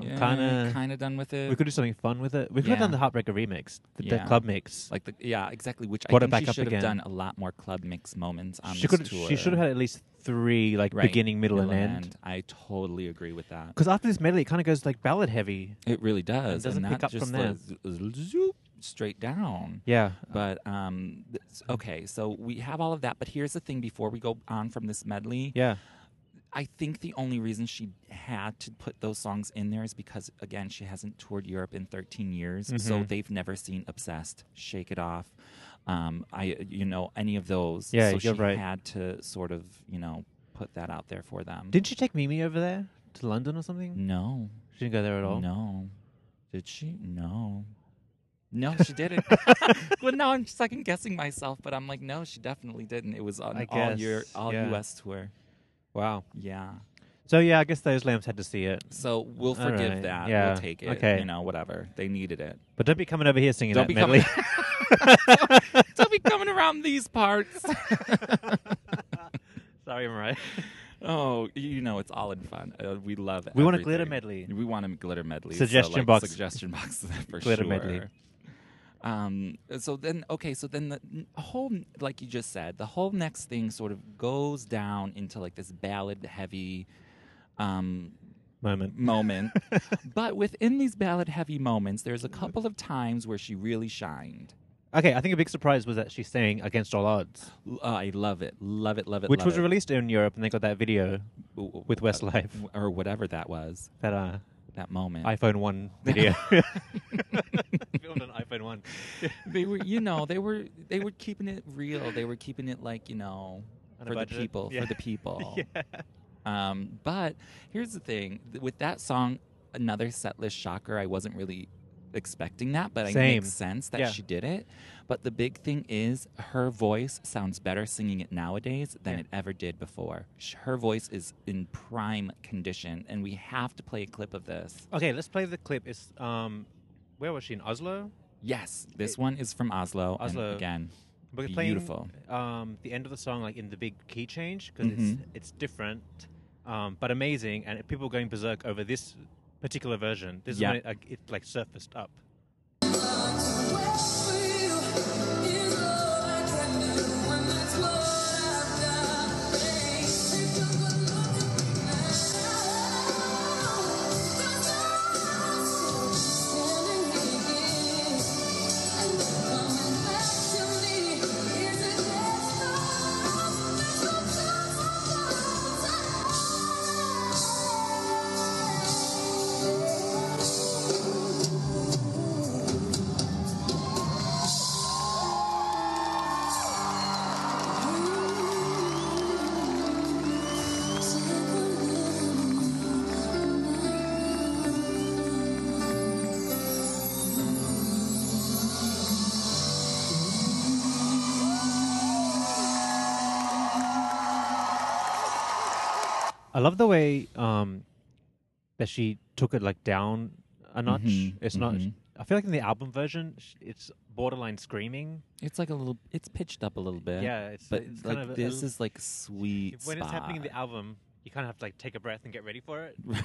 S1: Yeah,
S2: kinda-
S1: Kinda done with it.
S2: We could do something fun with it. We could
S1: Yeah.
S2: have done the Heartbreaker remix, the,
S1: Yeah.
S2: the club mix.
S1: like the yeah exactly which
S2: Brought
S1: I think
S2: it back
S1: she
S2: up
S1: should
S2: again.
S1: have done a lot more club mix moments on
S2: she
S1: this
S2: could.
S1: tour.
S2: She should have had at least three, like
S1: Right.
S2: beginning, middle, and end.
S1: I totally agree with that.
S2: Because after this medley, it kind of goes like ballad heavy.
S1: It really does.
S2: It doesn't
S1: and
S2: pick
S1: not
S2: up
S1: just
S2: from there.
S1: the z- z- zoop straight down.
S2: Yeah.
S1: But um th- s- okay, so we have all of that, but here's the thing before we go on from this medley.
S2: Yeah.
S1: I think the only reason she had to put those songs in there is because again she hasn't toured Europe in 13 years,
S2: Mm-hmm.
S1: so they've never seen "Obsessed," "Shake It Off," um, I you know any of those.
S2: Yeah,
S1: so
S2: you're
S1: she
S2: right.
S1: had to sort of you know put that out there for them.
S2: Didn't she take Mimi over there to London or something?
S1: no,
S2: She didn't go there at all.
S1: no, did she? No, no, she didn't. well, now I'm second guessing myself, but I'm like, no, she definitely didn't. It was
S2: I
S1: an all year,
S2: guess,
S1: all
S2: yeah.
S1: U.S. tour.
S2: Wow.
S1: Yeah.
S2: So yeah, I guess those lambs had to see it.
S1: So we'll
S2: All
S1: forgive
S2: right,
S1: that.
S2: yeah,
S1: We'll take it.
S2: okay.
S1: You know, whatever. They needed it.
S2: But don't be coming over here singing
S1: Don't
S2: that
S1: be coming-
S2: medley.
S1: Don't be coming around these parts.
S2: Sorry, I'm right.
S1: oh, you know, it's all in fun. Uh, we love it.
S2: We want a glitter medley.
S1: We want a glitter medley.
S2: Suggestion
S1: so, like,
S2: box.
S1: Suggestion box for
S2: Glitter
S1: sure.
S2: medley.
S1: Um, so then, okay, so then the n- whole, like you just said, the whole next thing sort of goes down into like this ballad heavy um,
S2: Moment.
S1: moment. but within these ballad heavy moments, there's a couple of times where she really shined.
S2: Okay, I think a big surprise was that she sang Against All Odds,
S1: L- uh, I love it, love it, love it.
S2: which
S1: love
S2: was
S1: it.
S2: released in Europe, and they got that video,
S1: Ooh,
S2: with
S1: uh,
S2: Westlife.
S1: w- or whatever that was,
S2: that uh,
S1: that moment.
S2: iPhone One video, filmed on iPhone One.
S1: they were, you know, they were they were keeping it real. They were keeping it like you know
S2: On a
S1: for the
S2: budget.
S1: people,
S2: Yeah.
S1: for the people. Um, but here's the thing Th- with that song, another setlist shocker. I wasn't really expecting that, but it
S2: Same.
S1: makes sense that
S2: Yeah.
S1: she did it. But the big thing is her voice sounds better singing it nowadays than
S2: Yeah.
S1: it ever did before. Sh- Her voice is in prime condition, and we have to play a clip of this.
S2: Okay, let's play the clip. It's um, where was she in Oslo?
S1: Yes, this one is from Oslo. and
S2: Oslo.
S1: again.
S2: We're
S1: Beautiful.
S2: Playing, um, the end of the song, like in the big key change, because
S1: Mm-hmm.
S2: it's it's different, um, but amazing, and people going berserk over this particular version. This
S1: Yeah.
S2: is when it, like, it like surfaced up. I love the way um, that she took it like down a notch.
S1: Mhm,
S2: It's not.
S1: mhm.
S2: I feel like in the album version, sh- it's borderline screaming.
S1: It's like a little. It's pitched up a little bit.
S2: Yeah, it's-
S1: but
S2: it's
S1: like
S2: kind of a-
S1: this is like sweet.
S2: When it's happening in the
S1: spot.
S2: album, you kind of have to like take a breath and get ready for it.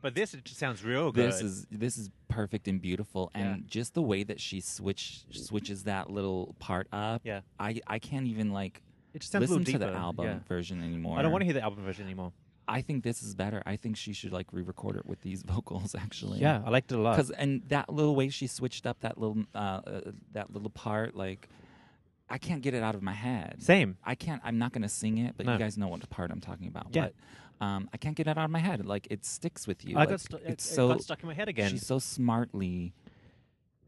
S2: but this, it just sounds real good.
S1: this is this is perfect and beautiful, and
S2: Yeah.
S1: just the way that she switch switches that little part up.
S2: Yeah.
S1: I I can't even like
S2: It just sounds a
S1: listen
S2: little
S1: to the
S2: deeper,
S1: album
S2: yeah.
S1: version anymore.
S2: I don't want to hear the album version anymore.
S1: I think this is better. I think she should like re-record it with these vocals actually.
S2: Yeah, I liked it a lot.
S1: because and that little way she switched up that little uh, uh, that little part like i can't get it out of my head
S2: Same.
S1: i can't i'm not gonna sing it but
S2: No.
S1: you guys know what part i'm talking about
S2: Yeah.
S1: but um, i can't get it out of my head like it sticks with you
S2: I
S1: like,
S2: got stu- it,
S1: it's
S2: it
S1: so
S2: got stuck in my head again.
S1: she's so smartly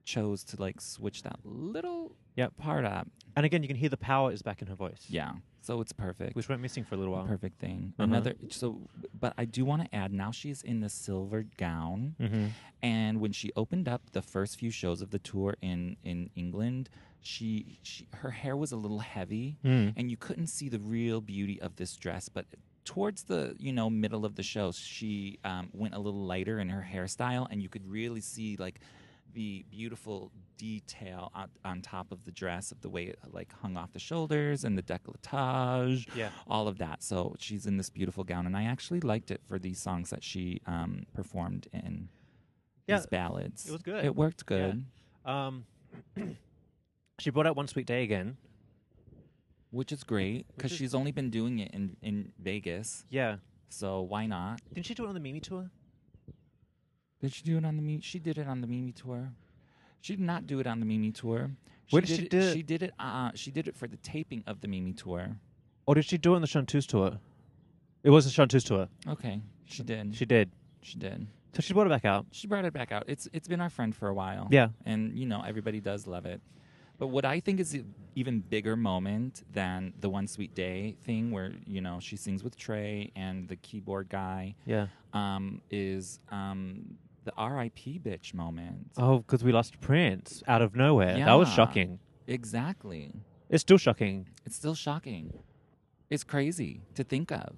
S1: chose to like switch that little
S2: Yep.
S1: part up.
S2: And again, you can hear the power is back in her voice.
S1: Yeah. So it's perfect.
S2: Which went missing for a little while.
S1: perfect thing.
S2: Uh-huh.
S1: Another so but I do want to add now she's in the silver gown.
S2: Mhm.
S1: And when she opened up the first few shows of the tour in in England, she, she her hair was a little heavy,
S2: Mm.
S1: and you couldn't see the real beauty of this dress. But towards the you know middle of the show, she um, went a little lighter in her hairstyle, and you could really see like the beautiful detail on, on top of the dress of the way it like hung off the shoulders and the decolletage
S2: Yeah.
S1: all of that so she's in this beautiful gown and i actually liked it for these songs that she um, performed in
S2: Yeah,
S1: these ballads.
S2: it was good.
S1: It worked
S2: Yeah.
S1: good.
S2: Um, she brought out One Sweet Day again.
S1: Which is great because
S2: is-
S1: she's only been doing it in, in Vegas.
S2: Yeah.
S1: So why not?
S2: Didn't she do it on the Mimi tour?
S1: Did she do it on the Mimi? She did it on the Mimi tour. She did not do it on the Mimi tour.
S2: Where did she do it?
S1: She did it. Uh, she did it for the taping of the Mimi tour.
S2: Or did she do it on the Chanteuse tour? It was the Chanteuse tour.
S1: Okay, she did.
S2: She did.
S1: she did.
S2: So she brought it back out.
S1: She brought it back out. It's it's been our friend for a while.
S2: Yeah.
S1: And you know, everybody does love it. But what I think is an even bigger moment than the one sweet day thing where, you know, she sings with Trey and the keyboard guy
S2: Yeah.
S1: um is um the RIP bitch moment.
S2: Oh, because we lost Prince out of nowhere. That was
S1: Yeah.
S2: shocking.
S1: Exactly.
S2: It's still shocking.
S1: It's still shocking. It's crazy to think of.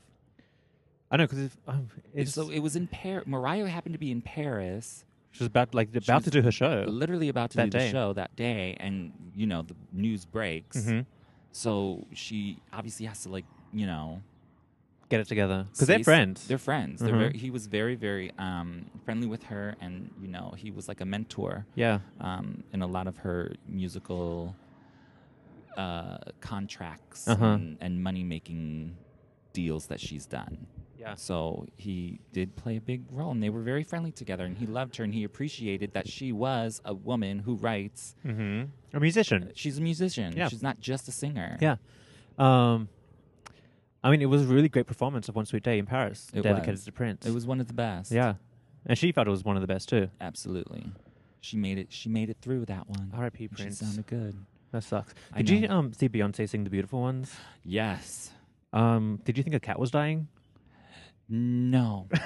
S2: I know because um, it's
S1: so it was in Paris. Mariah happened to be in Paris.
S2: she was about like about
S1: was
S2: to do her show.
S1: literally about to
S2: Uh, That
S1: do
S2: day.
S1: the show that day, and you know the news breaks.
S2: Mhm.
S1: So she obviously has to like you know
S2: Get it together because they're
S1: say s-
S2: friends.
S1: They're friends. They're
S2: Mhm.
S1: very, he was very very um, friendly with her, and you know he was like a mentor
S2: yeah.
S1: um, in a lot of her musical uh, contracts
S2: Uh-huh.
S1: and, and money making deals that she's done.
S2: Yeah.
S1: So he did play a big role, and they were very friendly together. And he loved her, and he appreciated that she was a woman who writes.
S2: Mm-hmm. A musician.
S1: She's a musician.
S2: Yeah.
S1: She's not just a singer.
S2: Yeah. Um, I mean, it was a really great performance of One Sweet Day in Paris,
S1: It
S2: dedicated
S1: was.
S2: to Prince.
S1: It was one of the best.
S2: Yeah, and she felt it was one of the best too.
S1: Absolutely. She made it. She made it through that one.
S2: R.I.P.
S1: And
S2: Prince.
S1: She sounded good.
S2: That sucks.
S1: I
S2: Did you
S1: know.
S2: um see Beyonce sing the beautiful ones?
S1: Yes.
S2: Um, did you think a cat was dying?
S1: No.
S2: I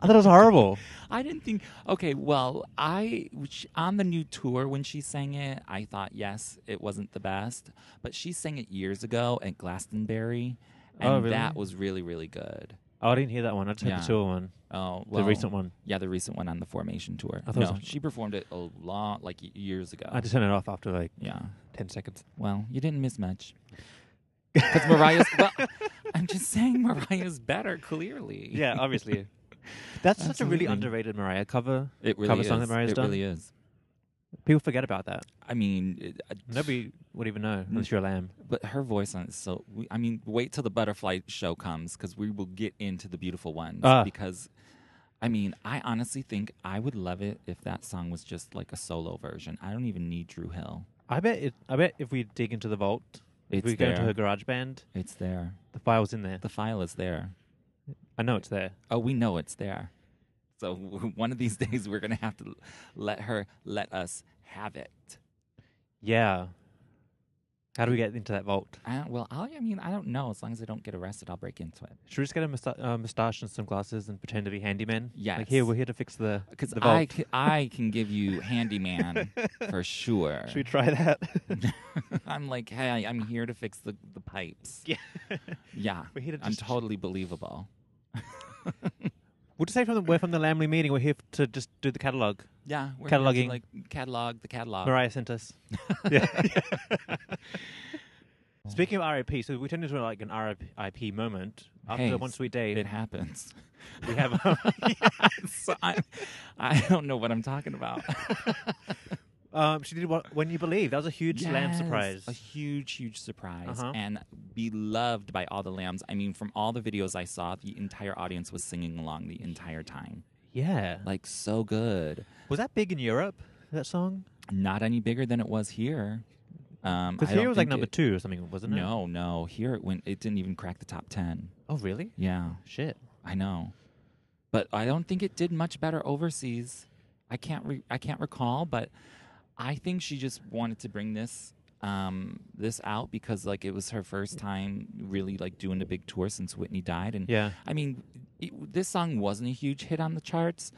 S2: thought it was horrible.
S1: I didn't think. Okay, well, I which, on the new tour when she sang it, I thought yes, it wasn't the best, but she sang it years ago at Glastonbury, and
S2: Oh, really?
S1: that was really really good.
S2: oh, I didn't hear that one. I just heard
S1: Yeah.
S2: the tour one,
S1: Oh, well,
S2: the recent one.
S1: Yeah, the recent one on the Formation tour.
S2: I thought it
S1: no,
S2: was-
S1: she performed it a lot like y- years ago.
S2: I had to turn it off after like
S1: yeah.
S2: ten seconds.
S1: Well, you didn't miss much. Because Mariah's. well, I'm just saying Mariah's better, clearly.
S2: Yeah, obviously. That's such a really
S1: Absolutely.
S2: underrated Mariah cover.
S1: It really
S2: cover
S1: is.
S2: song that Mariah's
S1: it
S2: done.
S1: really is.
S2: People forget about that.
S1: I mean, it, I-
S2: Nobody would even know
S1: Hmm.
S2: unless you're a lamb.
S1: But her voice on it, so we, I mean, wait till the butterfly show comes because we will get into the beautiful ones.
S2: Ah.
S1: Because, I mean, I honestly think I would love it if that song was just like a solo version. I don't even need Drew Hill.
S2: I bet. It, I bet if we dig into the vault, if
S1: It's
S2: we go into
S1: there.
S2: her garage band,
S1: It's there.
S2: the file's in there.
S1: The file is there.
S2: I know it's there.
S1: Oh, we know it's there. So one of these days we're gonna have to let her let us have it.
S2: Yeah. How do we get into that vault?
S1: I, well, I, I mean, I don't know. As long as I don't get arrested, I'll break into it.
S2: Should we just get a musta- uh, moustache and some glasses and pretend to be handymen? Like
S1: Yes.
S2: here, we're here to fix the
S1: Because
S2: the vault.
S1: I, c- I can give you handyman for sure.
S2: Should we try that?
S1: I'm like, hey, I'm here to fix the, the pipes.
S2: yeah.
S1: Yeah,
S2: We're here to
S1: I'm
S2: just-
S1: totally believable.
S2: We'll just say from the, we're from the Lamley meeting. We're here f- to just do the catalog.
S1: Yeah, we're here to,
S2: Cataloging.
S1: like catalog the catalog.
S2: Mariah sent us. yeah. Speaking of RIP, so we turned into like an RIP moment after
S1: Hey,
S2: one sweet day.
S1: It happens.
S2: we have um,
S1: so I, I don't know what I'm talking about.
S2: um, she did what when you believe. That was a huge lamb
S1: Yes,
S2: surprise.
S1: A huge, huge surprise.
S2: Uh-huh.
S1: And beloved by all the lambs. I mean, from all the videos I saw, the entire audience was singing along the entire time.
S2: Yeah.
S1: Like, so good.
S2: Was that big in Europe? That song?
S1: Not any bigger than it was here. Um,
S2: Because
S1: I don't
S2: here was like
S1: think
S2: number
S1: it-
S2: two or something, wasn't it?
S1: No, no. Here it went, it didn't even crack the top 10.
S2: Oh, really?
S1: Yeah,
S2: Shit.
S1: I know. But I don't think it did much better overseas. I can't re- I can't recall, but I think she just wanted to bring this um this out because like it was her first time really like doing a big tour since Whitney died and
S2: Yeah.
S1: I mean it, this song wasn't a huge hit on the charts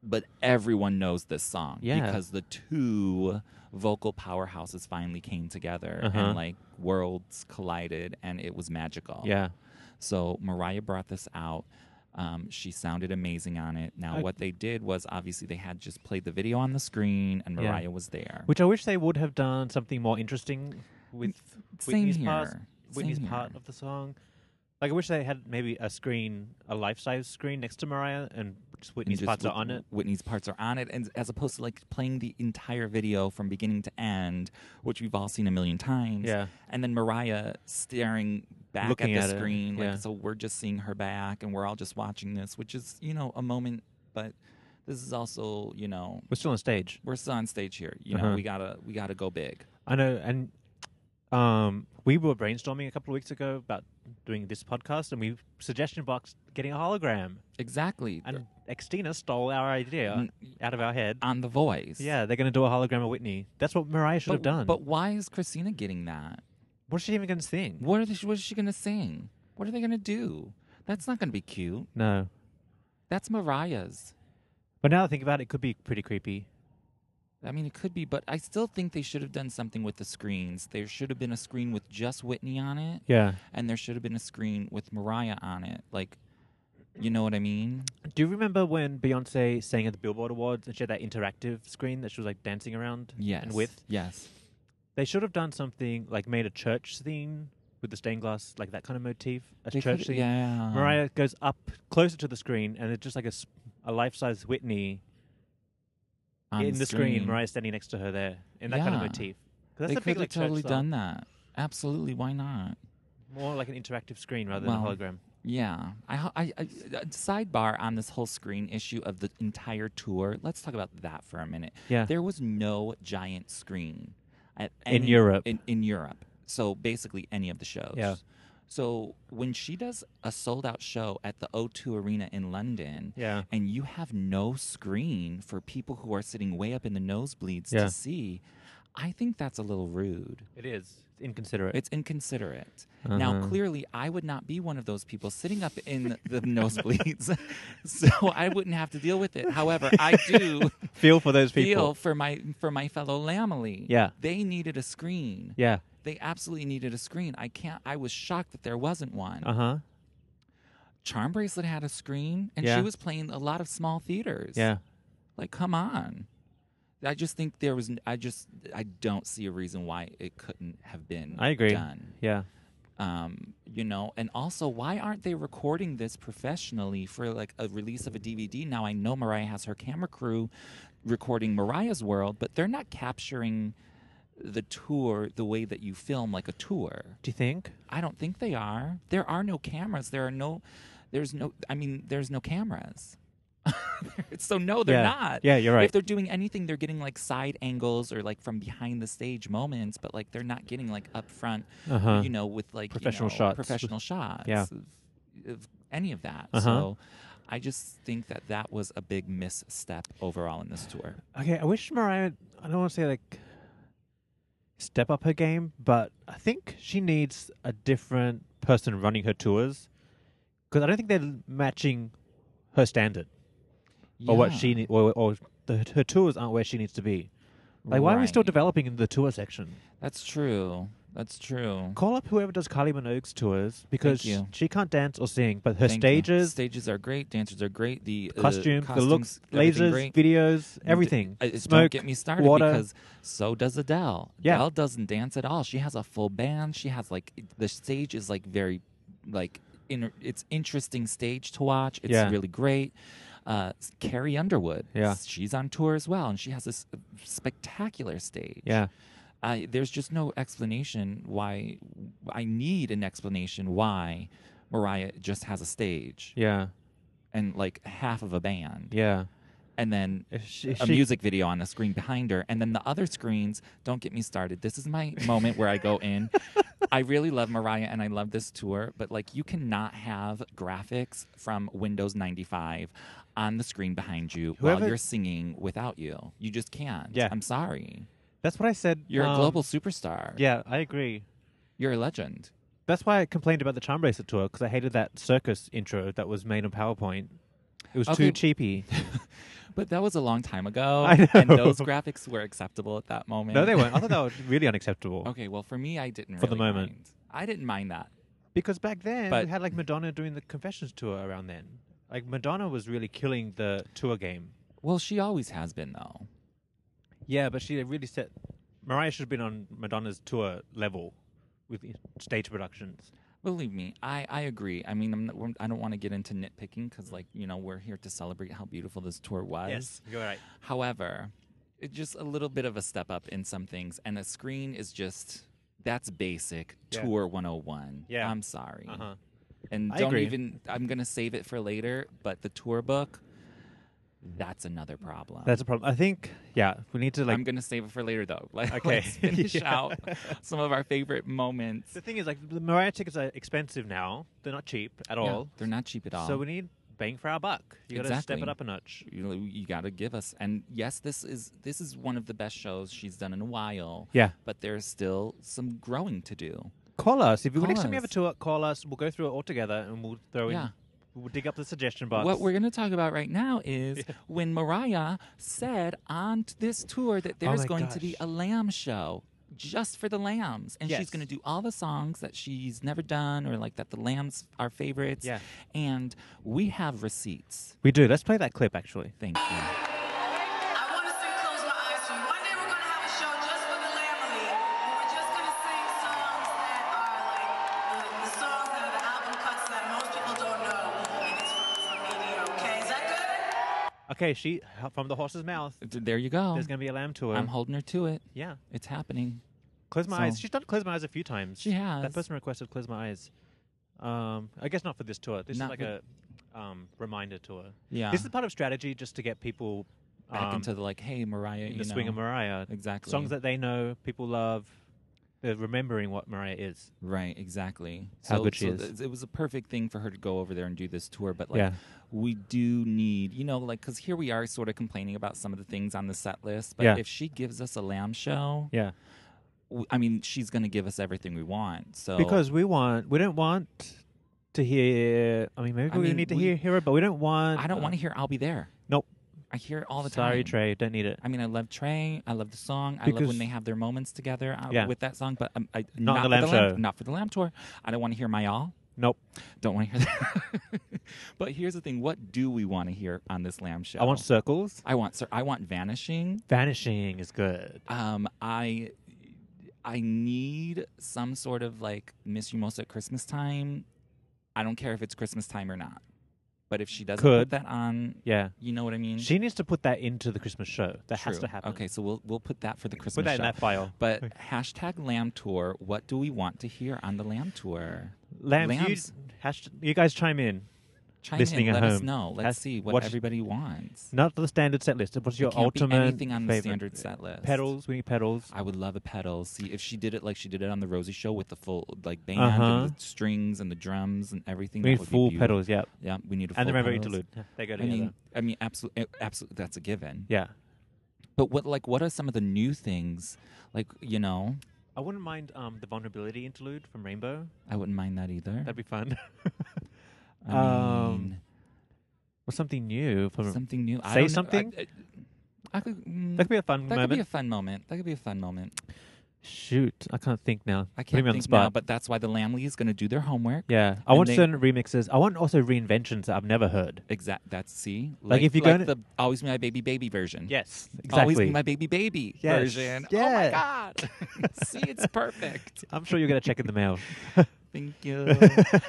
S1: but everyone knows this song
S2: Yeah.
S1: because the two vocal powerhouses finally came together
S2: Uh-huh.
S1: and like worlds collided and it was magical
S2: Yeah.
S1: so Mariah brought this out. Um, she sounded amazing on it. Now,
S2: I-
S1: what they did was obviously they had just played the video on the screen, and
S2: Yeah.
S1: Mariah was there.
S2: Which I wish they would have done something more interesting with
S1: Same
S2: Whitney's part.
S1: here.
S2: Whitney's
S1: Same
S2: part
S1: here.
S2: of the song. Like I wish they had maybe a screen, a life-size screen next to Mariah, and just
S1: And
S2: Whitney's
S1: just
S2: parts are
S1: Whit-
S2: on it.
S1: Whitney's parts are on it, and as opposed to like playing the entire video from beginning to end, which we've all seen a million times.
S2: Yeah.
S1: And then Mariah staring back
S2: Looking
S1: at
S2: at
S1: the
S2: it,
S1: screen,
S2: yeah.
S1: like so we're just seeing her back, and we're all just watching this, which is you know a moment, but this is also you know
S2: We're still on stage.
S1: we're still on stage here. You
S2: Uh-huh.
S1: know we gotta we gotta go big.
S2: I know, and um, we were brainstorming a couple of weeks ago about doing this podcast, and we suggestion box getting a hologram,
S1: Exactly.
S2: and Xtina stole our idea
S1: Mm.
S2: out of our head.
S1: on the voice.
S2: Yeah, they're gonna do a hologram of Whitney. That's what Mariah should
S1: But,
S2: have done.
S1: but why is Christina getting that?
S2: what's she even gonna sing?
S1: What are they, what is she going to sing? What are they going to do? That's not going to be cute.
S2: No,
S1: That's Mariah's.
S2: but now that I think about it, it could be pretty creepy.
S1: I mean, it could be, but I still think they should have done something with the screens. There should have been a screen with just Whitney on it,
S2: Yeah.
S1: and there should have been a screen with Mariah on it. Like, you know what I mean?
S2: Do you remember when Beyonce sang at the Billboard Awards and she had that interactive screen that she was like dancing around
S1: Yes.
S2: and with?
S1: Yes.
S2: They should have done something like made a church theme with the stained glass, like that kind of motif. A
S1: They
S2: church
S1: could-
S2: theme.
S1: yeah.
S2: Mariah goes up closer to the screen and it's just like a, s- a life size Whitney
S1: on
S2: in the screen. Mariah standing next to her there in that kind of
S1: Yeah.
S2: motif. 'Cause That's
S1: They
S2: a big
S1: could
S2: like
S1: have
S2: church
S1: totally
S2: song.
S1: done that. Absolutely. Why not?
S2: More like an interactive screen rather
S1: Well,
S2: than a hologram.
S1: Yeah, I, ho- I, I uh, sidebar on this whole screen issue of the entire tour. Let's talk about that for a minute.
S2: Yeah.
S1: there was no giant screen at
S2: In Europe.
S1: In, in Europe, so basically any of the shows.
S2: Yeah.
S1: So when she does a sold out show at the O2 Arena in London,
S2: Yeah.
S1: and you have no screen for people who are sitting way up in the nosebleeds
S2: Yeah.
S1: to see, I think that's a little rude.
S2: It is. It's inconsiderate.
S1: It's inconsiderate. Now,
S2: Uh-huh.
S1: clearly, I would not be one of those people sitting up in the nosebleeds, so I wouldn't have to deal with it. However, I do
S2: feel for those
S1: feel for my for my fellow Lamely.
S2: Yeah.
S1: they needed a screen.
S2: Yeah.
S1: They absolutely needed a screen. I can't. I was shocked that there wasn't one.
S2: Uh huh.
S1: Charm Bracelet had a screen, and
S2: Yeah.
S1: she was playing a lot of small theaters.
S2: Yeah.
S1: Like, come on. I just think there was. n- I just. I don't see a reason why it couldn't have been.
S2: I agree.
S1: Done
S2: Yeah.
S1: um, you know and also why aren't they recording this professionally for like a release of a dvd now i know mariah has her camera crew recording mariah's world but they're not capturing the tour the way that you film like a tour
S2: Do you think?
S1: i don't think they are there are no cameras there are no there's no i mean there's no cameras so no they're
S2: Yeah.
S1: not
S2: Yeah, you're right.
S1: if they're doing anything they're getting like side angles or like from behind the stage moments but like they're not getting like up front
S2: Uh-huh.
S1: you know with like you
S2: Professional
S1: know,
S2: shots.
S1: professional shots
S2: Yeah.
S1: of, of any of that
S2: Uh-huh.
S1: so i just think that that was a big misstep overall in this tour
S2: Okay, I wish Mariah. I don't want to say like step up her game, but I think she needs a different person running her tours because I don't think they're matching her standard or what
S1: Yeah.
S2: she need, or, or the, her tours aren't where she needs to be. Like, why are we still
S1: Right.
S2: developing in the tour section?
S1: that's true that's true
S2: Call up whoever does Kylie Minogue's tours because
S1: Thank you.
S2: she can't dance or sing, but her
S1: Thank you.
S2: stages,
S1: stages are great dancers are great the uh,
S2: costumes, the looks,
S1: everything
S2: lasers,
S1: great.
S2: videos,
S1: D-
S2: everything.
S1: uh, it's-
S2: Smoke,
S1: don't get me started
S2: water.
S1: because so does Adele.
S2: Yeah.
S1: Adele doesn't dance at all. She has a full band. She has like the stage is like very like in, it's interesting stage to watch. It's
S2: Yeah.
S1: really great. Uh, s- Carrie Underwood.
S2: Yeah.
S1: She's on tour as well, and she has this uh, spectacular stage.
S2: yeah,
S1: I, there's just no explanation why. I need an explanation why Mariah just has a stage
S2: yeah,
S1: and like half of a band
S2: yeah.
S1: and then
S2: If she- if
S1: a
S2: she-
S1: music video on the screen behind her, and then the other screens. Don't get me started. This is my moment where I go in. I really love Mariah and I love this tour, but like you cannot have graphics from Windows 95 on the screen behind you
S2: Whoever-
S1: while you're singing without you. You just can't.
S2: Yeah.
S1: I'm sorry.
S2: That's what I said.
S1: You're a
S2: um,
S1: global superstar.
S2: Yeah, I agree.
S1: You're a legend.
S2: That's why I complained about the Charm Bracelet tour because I hated that circus intro that was made on PowerPoint. It was
S1: Okay.
S2: too cheapy.
S1: But that was a long time ago.
S2: I know.
S1: And those graphics were acceptable at that moment.
S2: no, they weren't. I thought that was really unacceptable.
S1: Okay, well, for me, I didn't
S2: For the
S1: really
S2: moment.
S1: mind. I didn't mind that.
S2: Because back then
S1: But-
S2: we had like Madonna doing the Confessions tour around then. Like Madonna was really killing the tour game.
S1: Well, she always has been though.
S2: Yeah, but she really set. Mariah should have been on Madonna's tour level with the stage productions.
S1: Believe me, I, I agree. I mean, I'm, not- I don't want to get into nitpicking because, like, you know, we're here to celebrate how beautiful this tour was.
S2: you're right.
S1: However, it's just a little bit of a step up in some things, and the screen is just that's basic
S2: Yeah.
S1: tour 101.
S2: Yeah.
S1: I'm sorry.
S2: Uh huh.
S1: And
S2: I
S1: don't
S2: agree.
S1: even, I'm going to save it for later, but the tour book, that's another problem.
S2: That's a problem. I think. Yeah, we need to like.
S1: I'm gonna save it for later though. Like,
S2: Okay.
S1: let's finish
S2: Yeah.
S1: out some of our favorite moments.
S2: the thing is, like, the Mariah tickets are expensive now. They're not cheap at
S1: Yeah,
S2: all.
S1: they're not cheap at all.
S2: So we need bang for our buck. You gotta step it
S1: Exactly.
S2: up a notch.
S1: you, you got to give us. And yes, this is this is one of the best shows she's done in a while.
S2: Yeah.
S1: But there's still some growing to do.
S2: Call us if you
S1: Call
S2: next time you have a
S1: us.
S2: tour. Call us. We'll go through it all together, and we'll throw
S1: Yeah.
S2: in. We'll dig up the suggestion box.
S1: What we're going to talk about right now is when Mariah said on t- this tour that there's
S2: Oh my
S1: going to be
S2: gosh.
S1: a lamb show just for the lambs and
S2: Yes.
S1: she's going to do all the songs that she's never done or like that the lambs are favorites
S2: Yeah.
S1: and we have receipts
S2: we do. Let's play that clip actually.
S1: thank you
S3: I want to sing Close My Eyes to You. One day we're going to have a show just for the Lamely. And we're just going to sing songs that are like the, the songs that are the album cuts that most people don't know. And it's from, from media, okay? Is that good?
S2: Okay, she from the horse's mouth.
S1: D- There you go.
S2: There's gonna be a lamb tour.
S1: I'm holding her to it.
S2: yeah.
S1: It's happening.
S2: Close my eyes.
S1: So-
S2: She's done close my eyes a few times.
S1: She
S2: That
S1: has.
S2: person requested close my eyes. Um, I guess not for this tour. This
S1: Not
S2: is like
S1: for-
S2: a um, reminder tour.
S1: Yeah.
S2: This is part of strategy just to get people um,
S1: Back into the like, hey, Mariah,
S2: in
S1: you
S2: the
S1: know,
S2: swing of Mariah.
S1: Exactly.
S2: Songs that they know, people love. They're remembering what Mariah is.
S1: Right, exactly.
S2: How
S1: so,
S2: good she
S1: so
S2: is.
S1: th- It was a perfect thing for her to go over there and do this tour, but like
S2: Yeah.
S1: we do need, you know, like because here we are sort of complaining about some of the things on the set list, but
S2: Yeah.
S1: if she gives us a lamb show,
S2: Yeah.
S1: w- I mean, she's going to give us everything we want. So
S2: Because we want, we don't want to hear. I mean, maybe
S1: I
S2: we
S1: mean,
S2: need to
S1: we-
S2: hear hear it, but we don't want.
S1: I don't want to hear "I'll be there."
S2: Nope.
S1: I hear it all the
S2: Sorry,
S1: time.
S2: Trey. Don't need it.
S1: I mean, I love Trey. I love the song. I love
S2: Because-
S1: when they have their moments together uh,
S2: Yeah.
S1: with that song. But um, I,
S2: Not the
S1: for
S2: Lamb Show.
S1: Not for the Lamb tour. I don't want to hear my all.
S2: Nope.
S1: Don't want to hear that. but here's the thing: what do we want to hear on this Lamb show?
S2: I want circles.
S1: I want. Sir, I want vanishing.
S2: Vanishing is good.
S1: Um, I. I need some sort of like Miss You Most at Christmas time. I don't care if it's Christmas time or not. But if she doesn't put
S2: Could.
S1: that on,
S2: Yeah.
S1: you know what I mean?
S2: She needs to put that into the Christmas show. That has
S1: Mm. True.
S2: to happen.
S1: Okay, so we'll we'll put that for the Christmas
S2: Put that in
S1: show.
S2: that file.
S1: But hashtag Lamb Tour. What do we want to hear on the Lamb Tour?
S2: Lambs,
S1: Lambs.
S2: You, hasht- you guys chime in.
S1: Chime
S2: Listening
S1: in.
S2: at
S1: Let us
S2: home.
S1: know. Let's
S2: Has-
S1: see what
S2: what's-
S1: everybody wants.
S2: Not the standard set list. What's your
S1: It can't be
S2: ultimate
S1: anything on the
S2: favorite?
S1: standard set list.
S2: Pedals. We need pedals.
S1: I would love a pedal. See if she did it like she did it on the Rosie Show with the full like band
S2: Uh-huh.
S1: and the strings and the drums and everything.
S2: we
S1: that
S2: need
S1: would be
S2: full
S1: beautiful.
S2: pedals. Yeah.
S1: Yeah, we need a full
S2: And the remember
S1: pedals.
S2: interlude. They go
S1: I
S2: together.
S1: mean, I mean, absolutely, absolutely, that's a given.
S2: yeah.
S1: But what, like, what are some of the new things? Like, you know,
S2: I wouldn't mind um, the vulnerability interlude from Rainbow.
S1: I wouldn't mind that either.
S2: That'd be fun.
S1: I
S2: Um,
S1: mean,
S2: or something new from.
S1: something new. I
S2: um, Say
S1: don't know. I-
S2: something?
S1: I, I could. mm,
S2: that could be a fun
S1: that
S2: moment.
S1: could be a fun moment. That could be a fun moment.
S2: Shoot, I can't think now.
S1: I
S2: Put me
S1: can't
S2: on
S1: think
S2: the spot.
S1: now, but that's why the Lamley is going to do their homework.
S2: yeah, I
S1: and
S2: want
S1: they- Mm.
S2: certain remixes. I want also reinventions that I've never heard.
S1: Exact. That's see,
S2: Like, if you're
S1: like
S2: gonna-
S1: the always be my baby baby version.
S2: Yes,
S1: Always be
S2: exactly.
S1: my baby baby
S2: Yes.
S1: version.
S2: Yeah.
S1: Oh my god! see, it's perfect.
S2: I'm sure you'll get a check in the mail.
S1: Thank you.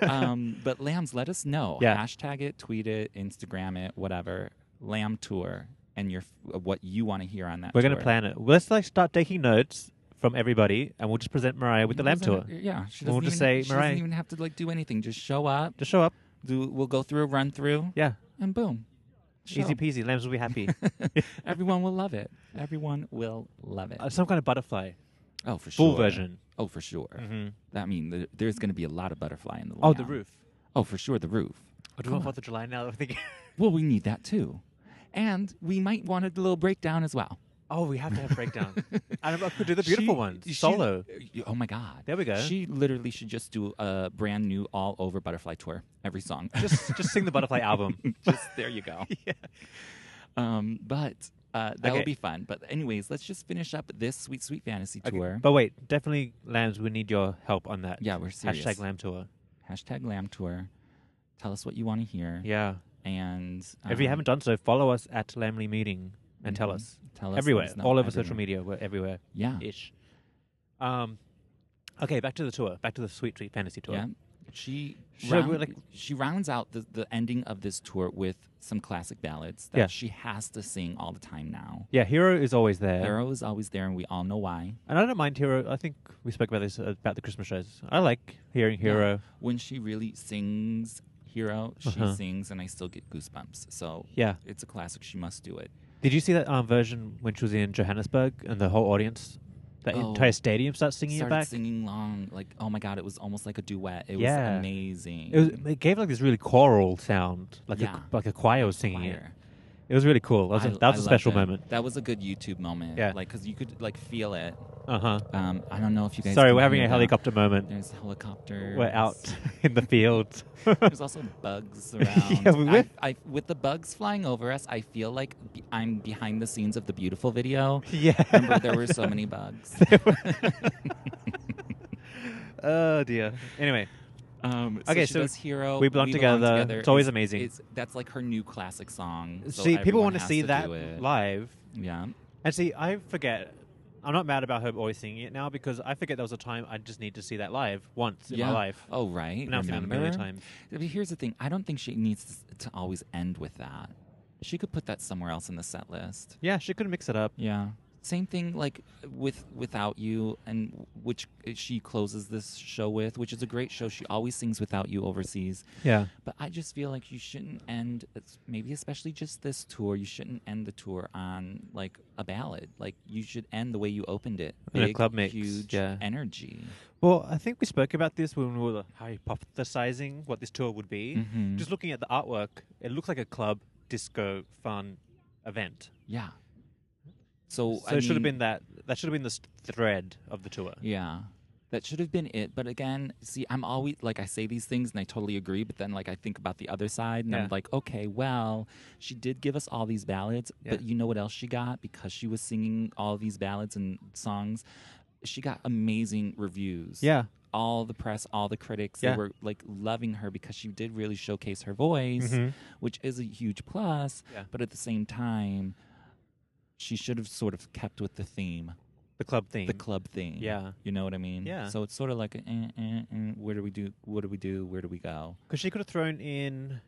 S1: um, but lambs, let us know.
S2: Yeah.
S1: Hashtag it, tweet it, Instagram it, whatever. Lamb tour and your uh, what you want to hear on that.
S2: We're gonna
S1: tour.
S2: plan it. Let's like start taking notes from everybody, and we'll just present Mariah with the lamp tour.
S1: Doesn't- Yeah, she doesn't,
S2: We'll
S1: even,
S2: just say,
S1: she doesn't
S2: "Mariah."
S1: even have to like do anything. Just show up.
S2: Just show up.
S1: Do we'll go through a run through
S2: Yeah,
S1: and boom. Sure.
S2: Easy peasy. Lambs will be happy.
S1: Everyone will love it. Everyone will love it.
S2: Uh, some kind of butterfly.
S1: oh, for sure.
S2: Full version.
S1: Oh, for sure.
S2: Mm-hmm.
S1: I mean, the, there's going to be a lot of butterfly in the.
S2: Oh, the
S1: layout.
S2: roof.
S1: Oh, for sure, the roof.
S2: I do want Fourth of July now. I think.
S1: Well, we need that too, and we might want a little breakdown as well.
S2: Oh, we have to have breakdown. and I could do the beautiful
S1: She-
S2: one
S1: she-
S2: solo.
S1: oh my god.
S2: There we go.
S1: She literally should just do a brand new all over butterfly tour. Every song.
S2: just just sing the butterfly album.
S1: Just- there you go. Um, but uh, that will
S2: Okay.
S1: be fun. But anyways, let's just finish up this sweet sweet fantasy
S2: Okay,
S1: tour.
S2: But wait, definitely lambs. We need your help on that.
S1: Yeah, we're serious.
S2: Hashtag lamb tour.
S1: Hashtag Lamb Tour. Tell us what you want to hear.
S2: Yeah.
S1: And
S2: if you
S1: um,
S2: haven't done so, follow us at Lamley Meeting and tell
S1: Mhm.
S2: us
S1: tell us let
S2: everywhere,
S1: us know
S2: all over
S1: everywhere.
S2: social media. We're everywhere.
S1: Yeah.
S2: Ish. Um. Okay, back to the tour. Back to the sweet, sweet fantasy tour.
S1: Yeah. She
S2: Should I-
S1: round,
S2: we're like-
S1: she rounds out the, the ending of this tour with some classic ballads that
S2: Yeah.
S1: she has to sing all the time now.
S2: Yeah, Hero is always there.
S1: Arrow is always there, and we all know why.
S2: And I don't mind Hero. I think we spoke about this uh, about the Christmas shows. I like hearing Hero.
S1: When she really sings Hero, she
S2: Uh-huh.
S1: sings, and I still get goosebumps. So
S2: Yeah.
S1: it's a classic. She must do it.
S2: Did you see that um, version when she was in Johannesburg and the whole audience, the
S1: Oh.
S2: entire stadium starts singing
S1: Started
S2: it back?
S1: singing long, like oh my god, it was almost like a duet. It
S2: Yeah.
S1: was amazing.
S2: It, was, it gave like this really choral sound, like
S1: Yeah.
S2: a, like a choir was singing
S1: Choir.
S2: it. It was really cool. That was, a
S1: I-
S2: that was
S1: I
S2: a
S1: loved
S2: special
S1: it.
S2: moment.
S1: That was a good YouTube moment.
S2: Yeah.
S1: like because you could like feel it.
S2: Uh huh.
S1: Um, I don't know if you guys.
S2: Sorry,
S1: can
S2: we're having
S1: hear
S2: a
S1: that.
S2: helicopter moment.
S1: There's helicopters.
S2: We're out in the field.
S1: There's also bugs around.
S2: Yeah, we-
S1: I, I, with the bugs flying over us, I feel like be- I'm behind the scenes of the beautiful video.
S2: yeah.
S1: Remember, there were so many bugs.
S2: oh dear. Anyway,
S1: Um,
S2: Okay,
S1: she
S2: so
S1: does hero.
S2: We Belong Together. It's always amazing.
S1: It's, that's like her new classic song. so
S2: see, people
S1: everyone
S2: want to
S1: has
S2: see
S1: do
S2: that
S1: it.
S2: live,
S1: Yeah.
S2: and see, I forget. I'm not mad about her always singing it now because I forget there was a time I just need to see that live once in
S1: yeah.
S2: my life.
S1: Oh right.
S2: And I've seen it a
S1: Remember?
S2: million times.
S1: But here's the thing. I don't think she needs to always end with that. She could put that somewhere else in the set list.
S2: Yeah, she could mix it up.
S1: Yeah. Same thing like with Without You and which she closes this show with, which is a great show. She always sings Without You overseas.
S2: Yeah.
S1: But I just feel like you shouldn't end it's- maybe especially just this tour, you shouldn't end the tour on like a ballad. Like you should end the way you opened it.
S2: In a club mix,
S1: huge
S2: yeah.
S1: energy.
S2: Well, I think we spoke about this when we were hypothesizing what this tour would be.
S1: Mhm.
S2: Just looking at the artwork, it looks like a club disco fun event.
S1: Yeah. So,
S2: So
S1: Oh, I
S2: it should have
S1: mean-
S2: been that. That should have been the st- thread of the tour.
S1: Yeah. That should have been it. But again, see, I'm always like, I say these things and I totally agree. But then, like, I think about the other side and
S2: Yeah.
S1: I'm like, okay, well, she did give us all these ballads. But
S2: Yeah.
S1: you know what else she got? Because she was singing all these ballads and songs, she got amazing reviews.
S2: Yeah.
S1: All the press, all the critics,
S2: Yeah.
S1: they were like loving her because she did really showcase her voice,
S2: Mhm.
S1: which is a huge plus.
S2: Yeah.
S1: But at the same time, she should have sort of kept with the theme
S2: The club theme.
S1: the club thing.
S2: Yeah.
S1: you know what I mean.
S2: Yeah.
S1: So it's sort of like, a, eh, eh, eh, where do we do? What do we do? Where do we go?
S2: Because she could have thrown in,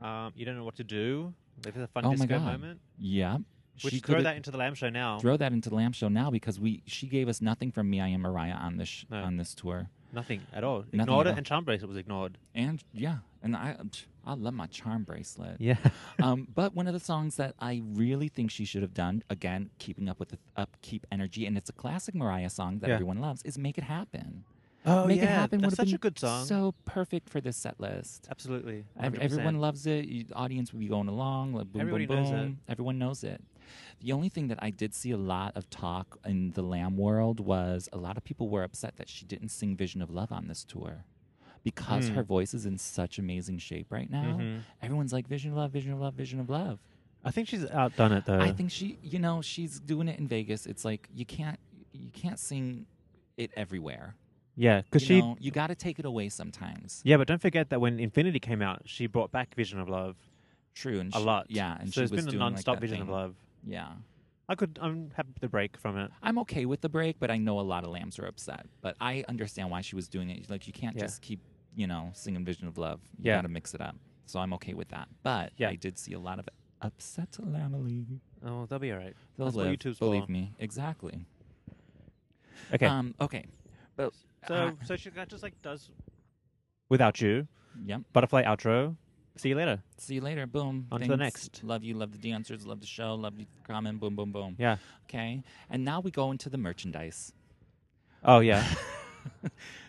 S2: um, you don't know what to do. If it's a fun
S1: Oh my
S2: disco
S1: God.
S2: moment,
S1: Yeah,
S2: which
S1: she
S2: throw
S1: coulda-
S2: that into the lamb show now.
S1: throw that into the Lamb Show now because we she gave us nothing from Me I Am Mariah on this sh-
S2: No.
S1: on this tour,
S2: Nothing at all.
S1: Nothing
S2: ignored
S1: at
S2: it,
S1: all.
S2: and charm bracelet was ignored.
S1: and yeah, and I psh, I love my charm bracelet.
S2: Yeah.
S1: um, but one of the songs that I really think she should have done again, keeping up with the upkeep energy, and it's a classic Mariah song that
S2: Yeah.
S1: everyone loves, is "Make It Happen."
S2: Oh
S1: Make
S2: yeah,
S1: It Happen
S2: that's
S1: would have
S2: such
S1: been
S2: a good song.
S1: so perfect for this set list.
S2: Absolutely.
S1: Ev-
S2: 100%.
S1: Everyone loves it. You, the audience would be going along. Like boom,
S2: Everybody
S1: boom,
S2: knows
S1: boom.
S2: it.
S1: Everyone knows it. The only thing that I did see a lot of talk in the Lamb world was a lot of people were upset that she didn't sing Vision of Love on this tour. Because
S2: Hmm.
S1: her voice is in such amazing shape right now,
S2: Mhm.
S1: everyone's like, Vision of Love, Vision of Love, Vision of Love.
S2: I think she's outdone it though.
S1: I think she, you know, she's doing it in Vegas. It's like, you can't, you can't sing it everywhere.
S2: Yeah, because
S1: You
S2: she.
S1: know, you got to take it away sometimes.
S2: Yeah, but don't forget that when Infinity came out, she brought back Vision of Love
S1: True. And
S2: a
S1: she-
S2: lot.
S1: Yeah. And she
S2: so it's
S1: was
S2: been a
S1: doing
S2: non-stop
S1: like that
S2: Vision of
S1: thing.
S2: Love.
S1: Yeah.
S2: I could. I'm happy with the break from it.
S1: I'm okay with the break, but I know a lot of lambs are upset. But I understand why she was doing it. Like you can't
S2: Yeah.
S1: just keep, you know, singing Vision of Love. You
S2: Yeah.
S1: gotta mix it up. So I'm okay with that. But
S2: Yeah.
S1: I did see a lot of upset lamely.
S2: Oh, they'll be alright.
S1: They'll
S2: That's what
S1: live,
S2: YouTube's for.
S1: believe me. Exactly.
S2: Okay.
S1: Um, okay. But
S2: so
S1: uh,
S2: so she kinda just like does. Without you,
S1: yep.
S2: butterfly outro, See you later.
S1: See you later. Boom.
S2: On to the next.
S1: Love you. Love the dancers. Love the show. Love you. Comment. Boom, boom, boom.
S2: Yeah.
S1: Okay. And now we go into the merchandise.
S2: Oh yeah.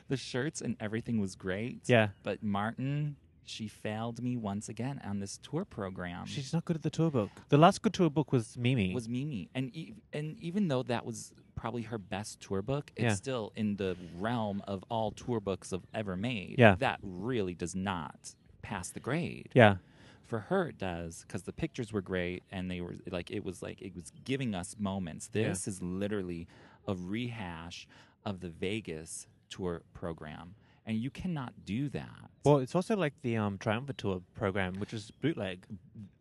S1: the shirts and everything was great.
S2: Yeah.
S1: But Martin, she failed me once again on this tour program.
S2: She's not good at the tour book. The last good tour book was Mimi.
S1: was Mimi, and e- and even though that was probably her best tour book, it's
S2: Yeah.
S1: still in the realm of all tour books of ever made.
S2: Yeah.
S1: that really does not pass the grade.
S2: yeah.
S1: For her, it does because the pictures were great, and they were like it was like it was giving us moments.
S2: Yeah.
S1: This is literally a rehash of the Vegas tour program, and you cannot do that.
S2: Well, it's also like the um Triumphant Tour program, which is bootleg.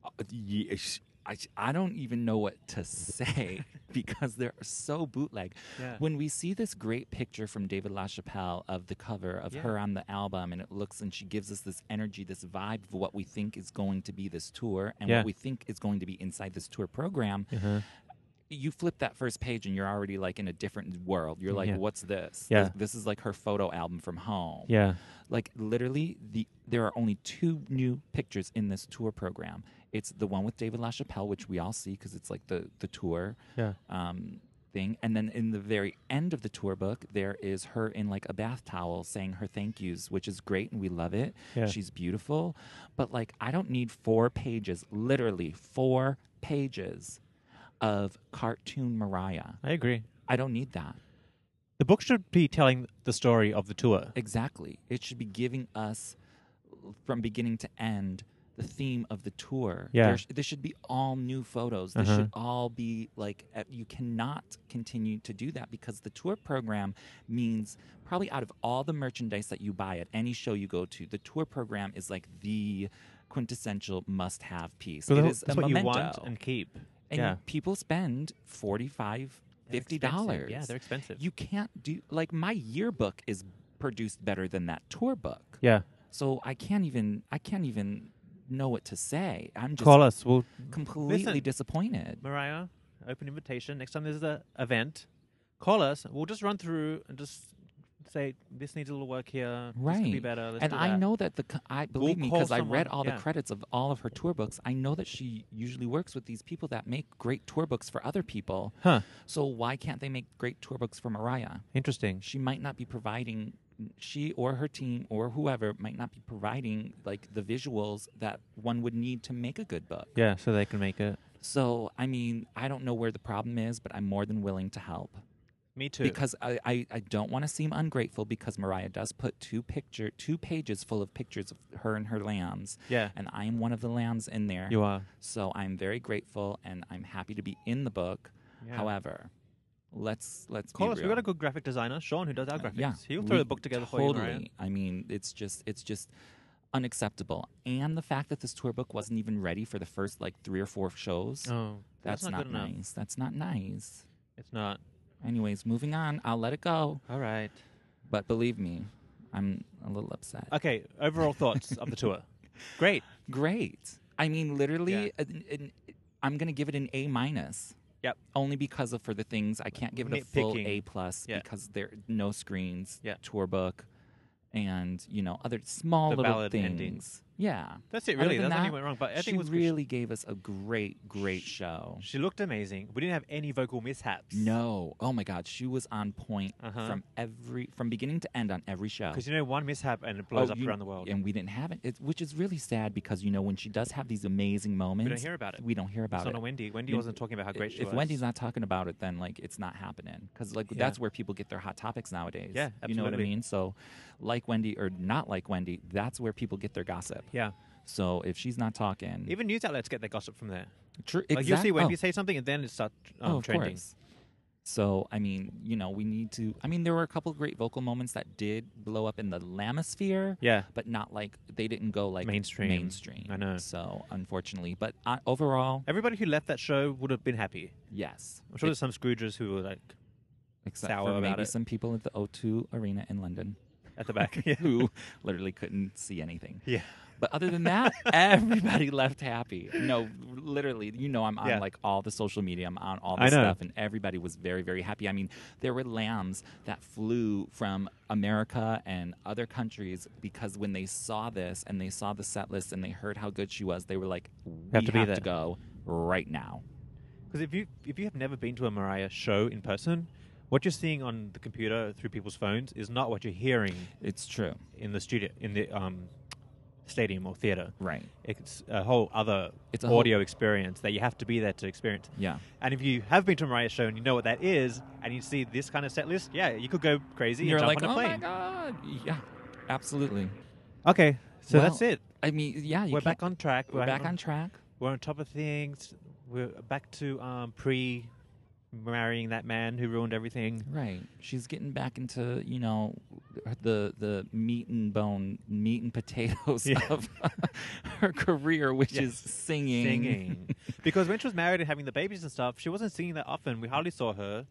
S1: Uh, ye- sh- I, sh- I don't even know what to say because they're so bootleg.
S2: Yeah.
S1: When we see this great picture from David LaChapelle of the cover of her on the album, and it looks and she gives us this energy, this vibe of what we think is going to be this tour and
S2: Yeah. Uh-huh.
S1: what we think is going to be inside this tour program. You flip that first page and you're already like in a different world. You're like,
S2: Yeah.
S1: what's this?
S2: Yeah.
S1: This, this is like her photo album from home.
S2: Yeah.
S1: Like literally, the there are only two new pictures in this tour program. It's the one with David LaChapelle, which we all see because it's like the the tour
S2: Yeah.
S1: um, thing, and then in the very end of the tour book, there is her in like a bath towel saying her thank yous, which is great and we love it.
S2: Yeah.
S1: She's beautiful, but like I don't need four pages, literally four pages of cartoon Mariah.
S2: I agree.
S1: I don't need that.
S2: The book should be telling the story of the tour.
S1: Exactly. It should be giving us from beginning to end the theme of the tour.
S2: Yeah.
S1: There, sh- there should be all new photos. There
S2: Uh-huh.
S1: should all be like, uh, you cannot continue to do that because the tour program means probably out of all the merchandise that you buy at any show you go to, the tour program is like the quintessential must have piece.
S2: So
S1: it
S2: tha-
S1: is
S2: that's
S1: a
S2: what
S1: memento.
S2: you want and keep.
S1: And
S2: yeah.
S1: people spend 45
S2: They're
S1: $50.
S2: expensive. Yeah, they're expensive.
S1: You can't do, like, my yearbook is produced better than that tour book.
S2: yeah.
S1: So I can't even I can't even know what to say. I'm just
S2: Call us. We'll
S1: completely
S2: Listen.
S1: disappointed.
S2: Mariah, open invitation. Next time there's a event, call us. We'll just run through and just say this needs a little work here.
S1: Right.
S2: This could be better. Let's
S1: and
S2: do
S1: I
S2: that."
S1: know that the co- I believe me
S2: call
S1: because I read
S2: someone,
S1: all
S2: yeah.
S1: the credits of all of her tour books. I know that she usually works with these people that make great tour books for other people.
S2: Huh.
S1: So why can't they make great tour books for Mariah?
S2: Interesting.
S1: she might not be providing she or her team or whoever might not be providing like the visuals that one would need to make a good book.
S2: Yeah. So they can make it.
S1: So, I mean, I don't know where the problem is, but I'm more than willing to help
S2: Me too.
S1: because I, I, I don't want to seem ungrateful because Mariah does put two picture two pages full of pictures of her and her lambs.
S2: Yeah.
S1: And I am one of the lambs in there.
S2: you are.
S1: So I'm very grateful and I'm happy to be in the book.
S2: Yeah.
S1: However, let's let's be
S2: Call us. We
S1: real.
S2: got a good graphic designer, Sean, who does our graphics.
S1: Uh, Yeah,
S2: He'll throw
S1: we-
S2: the book together
S1: totally.
S2: for you. Mariah.
S1: I mean, it's just it's just unacceptable. And the fact that this tour book wasn't even ready for the first like three or four shows.
S2: Oh,
S1: that's, not,
S2: good enough.
S1: nice. That's not nice.
S2: It's not.
S1: Anyways, moving on. I'll let it go.
S2: All right.
S1: But believe me, I'm a little upset.
S2: Okay. Overall thoughts of the tour. Great.
S1: Great. I mean, literally,
S2: Yeah.
S1: an- an- I'm gonna give it an A minus.
S2: Yep.
S1: Only because of for the things I can't give it a full
S2: Nitpicking.
S1: A plus
S2: Yeah.
S1: because there are no screens,
S2: Yeah.
S1: tour book, and you know other small
S2: The
S1: little
S2: ballad
S1: things.
S2: ending.
S1: Yeah.
S2: That's it.
S1: Other
S2: Really.
S1: than
S2: That's
S1: that,
S2: nothing went wrong. But I
S1: she
S2: think it was good.
S1: really gave us a great, great show.
S2: She looked amazing. We didn't have any vocal mishaps.
S1: No, oh my God, she was on point
S2: Uh-huh.
S1: from every from beginning to end on every show.
S2: Because you know one mishap and it blows
S1: Oh,
S2: up
S1: you-
S2: around the world.
S1: and we didn't have it, it, which is really sad because you know when she does have these amazing moments,
S2: hear about it.
S1: We don't hear about
S2: it's not
S1: it.
S2: a Wendy. Wendy
S1: Then
S2: wasn't talking about how
S1: i-
S2: great she
S1: if
S2: was.
S1: Wendy's not talking about it, then like it's not happening because like that's where people get their hot topics nowadays.
S2: Yeah,
S1: you know what I
S2: absolutely.
S1: mean. So, like Wendy or not like Wendy, that's where people get their gossip.
S2: yeah,
S1: So if she's not talking,
S2: even news outlets get their gossip from there.
S1: true,
S2: Like you'll
S1: Hmm.
S2: see
S1: exact-
S2: Wendy
S1: oh.
S2: say something and then it starts um,
S1: Oh, of
S2: trending.
S1: course. So I mean, you know, we need to. I mean, there were a couple great vocal moments that did blow up in the lamosphere.
S2: Yeah.
S1: but not like they didn't go like
S2: Mainstream.
S1: Mainstream.
S2: I know.
S1: So unfortunately, but uh, overall,
S2: Everybody who left that show would have been happy.
S1: yes.
S2: I'm sure
S1: Ex-
S2: there's some Scrooges who were like
S1: except
S2: sour
S1: for
S2: about
S1: maybe
S2: it.
S1: some people at the O2 Arena in London
S2: at the back. yeah.
S1: who literally couldn't see anything.
S2: Yeah.
S1: But other than that, everybody left happy. No, literally, you know, I'm on
S2: Yeah.
S1: like all the social media, I'm on all
S2: I
S1: the
S2: know.
S1: stuff, and everybody was very, very happy. I mean, there were lambs that flew from America and other countries because when they saw this and they saw the set list and they heard how good she was, they were like, "We
S2: have to be there."
S1: go right now."
S2: Because if you if you have never been to a Mariah show in person, what you're seeing on the computer through people's phones is not what you're hearing
S1: It's true,
S2: in the studio in the um, stadium or theater.
S1: right?
S2: It's a whole other
S1: It's a whole-
S2: audio experience that you have to be there to experience.
S1: Yeah.
S2: And if you have been to a Mariah show and you know what that is, and you see this kind of set list, yeah, you could go crazy.
S1: You're
S2: and jump
S1: like,
S2: on a
S1: "Oh my
S2: plane.
S1: god!" Yeah, absolutely.
S2: Okay, so
S1: Well,
S2: that's it.
S1: I mean, yeah, you
S2: We're
S1: can't-
S2: back on track.
S1: We're back on track.
S2: We're on top of things. We're back to um, pre marrying that man who ruined everything.
S1: Right. She's getting back into, you know, the the meat and bone, meat and potatoes
S2: Yeah.
S1: of her career, which
S2: Yes.
S1: is singing.
S2: Singing. because when she was married and having the babies and stuff, she wasn't singing that often. We hardly saw her.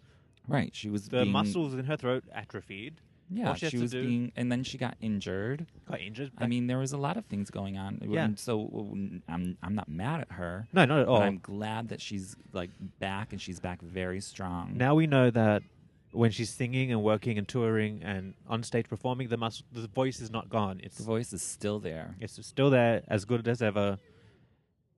S1: Right. She was
S2: The
S1: being,
S2: muscles in her throat atrophied.
S1: Yeah,
S2: all she
S1: she,
S2: has to
S1: was
S2: do-
S1: being and then she got injured.
S2: Got injured.
S1: I mean, there was a lot of things going on.
S2: Yeah.
S1: And so w- I'm I'm not mad at her.
S2: no, not at
S1: But
S2: all.
S1: I'm glad that she's like back and she's back very strong.
S2: Now we know that when she's singing and working and touring and on stage performing, the mus- the voice is not gone.
S1: the
S2: It's
S1: voice is still there.
S2: it's still there, as good as ever.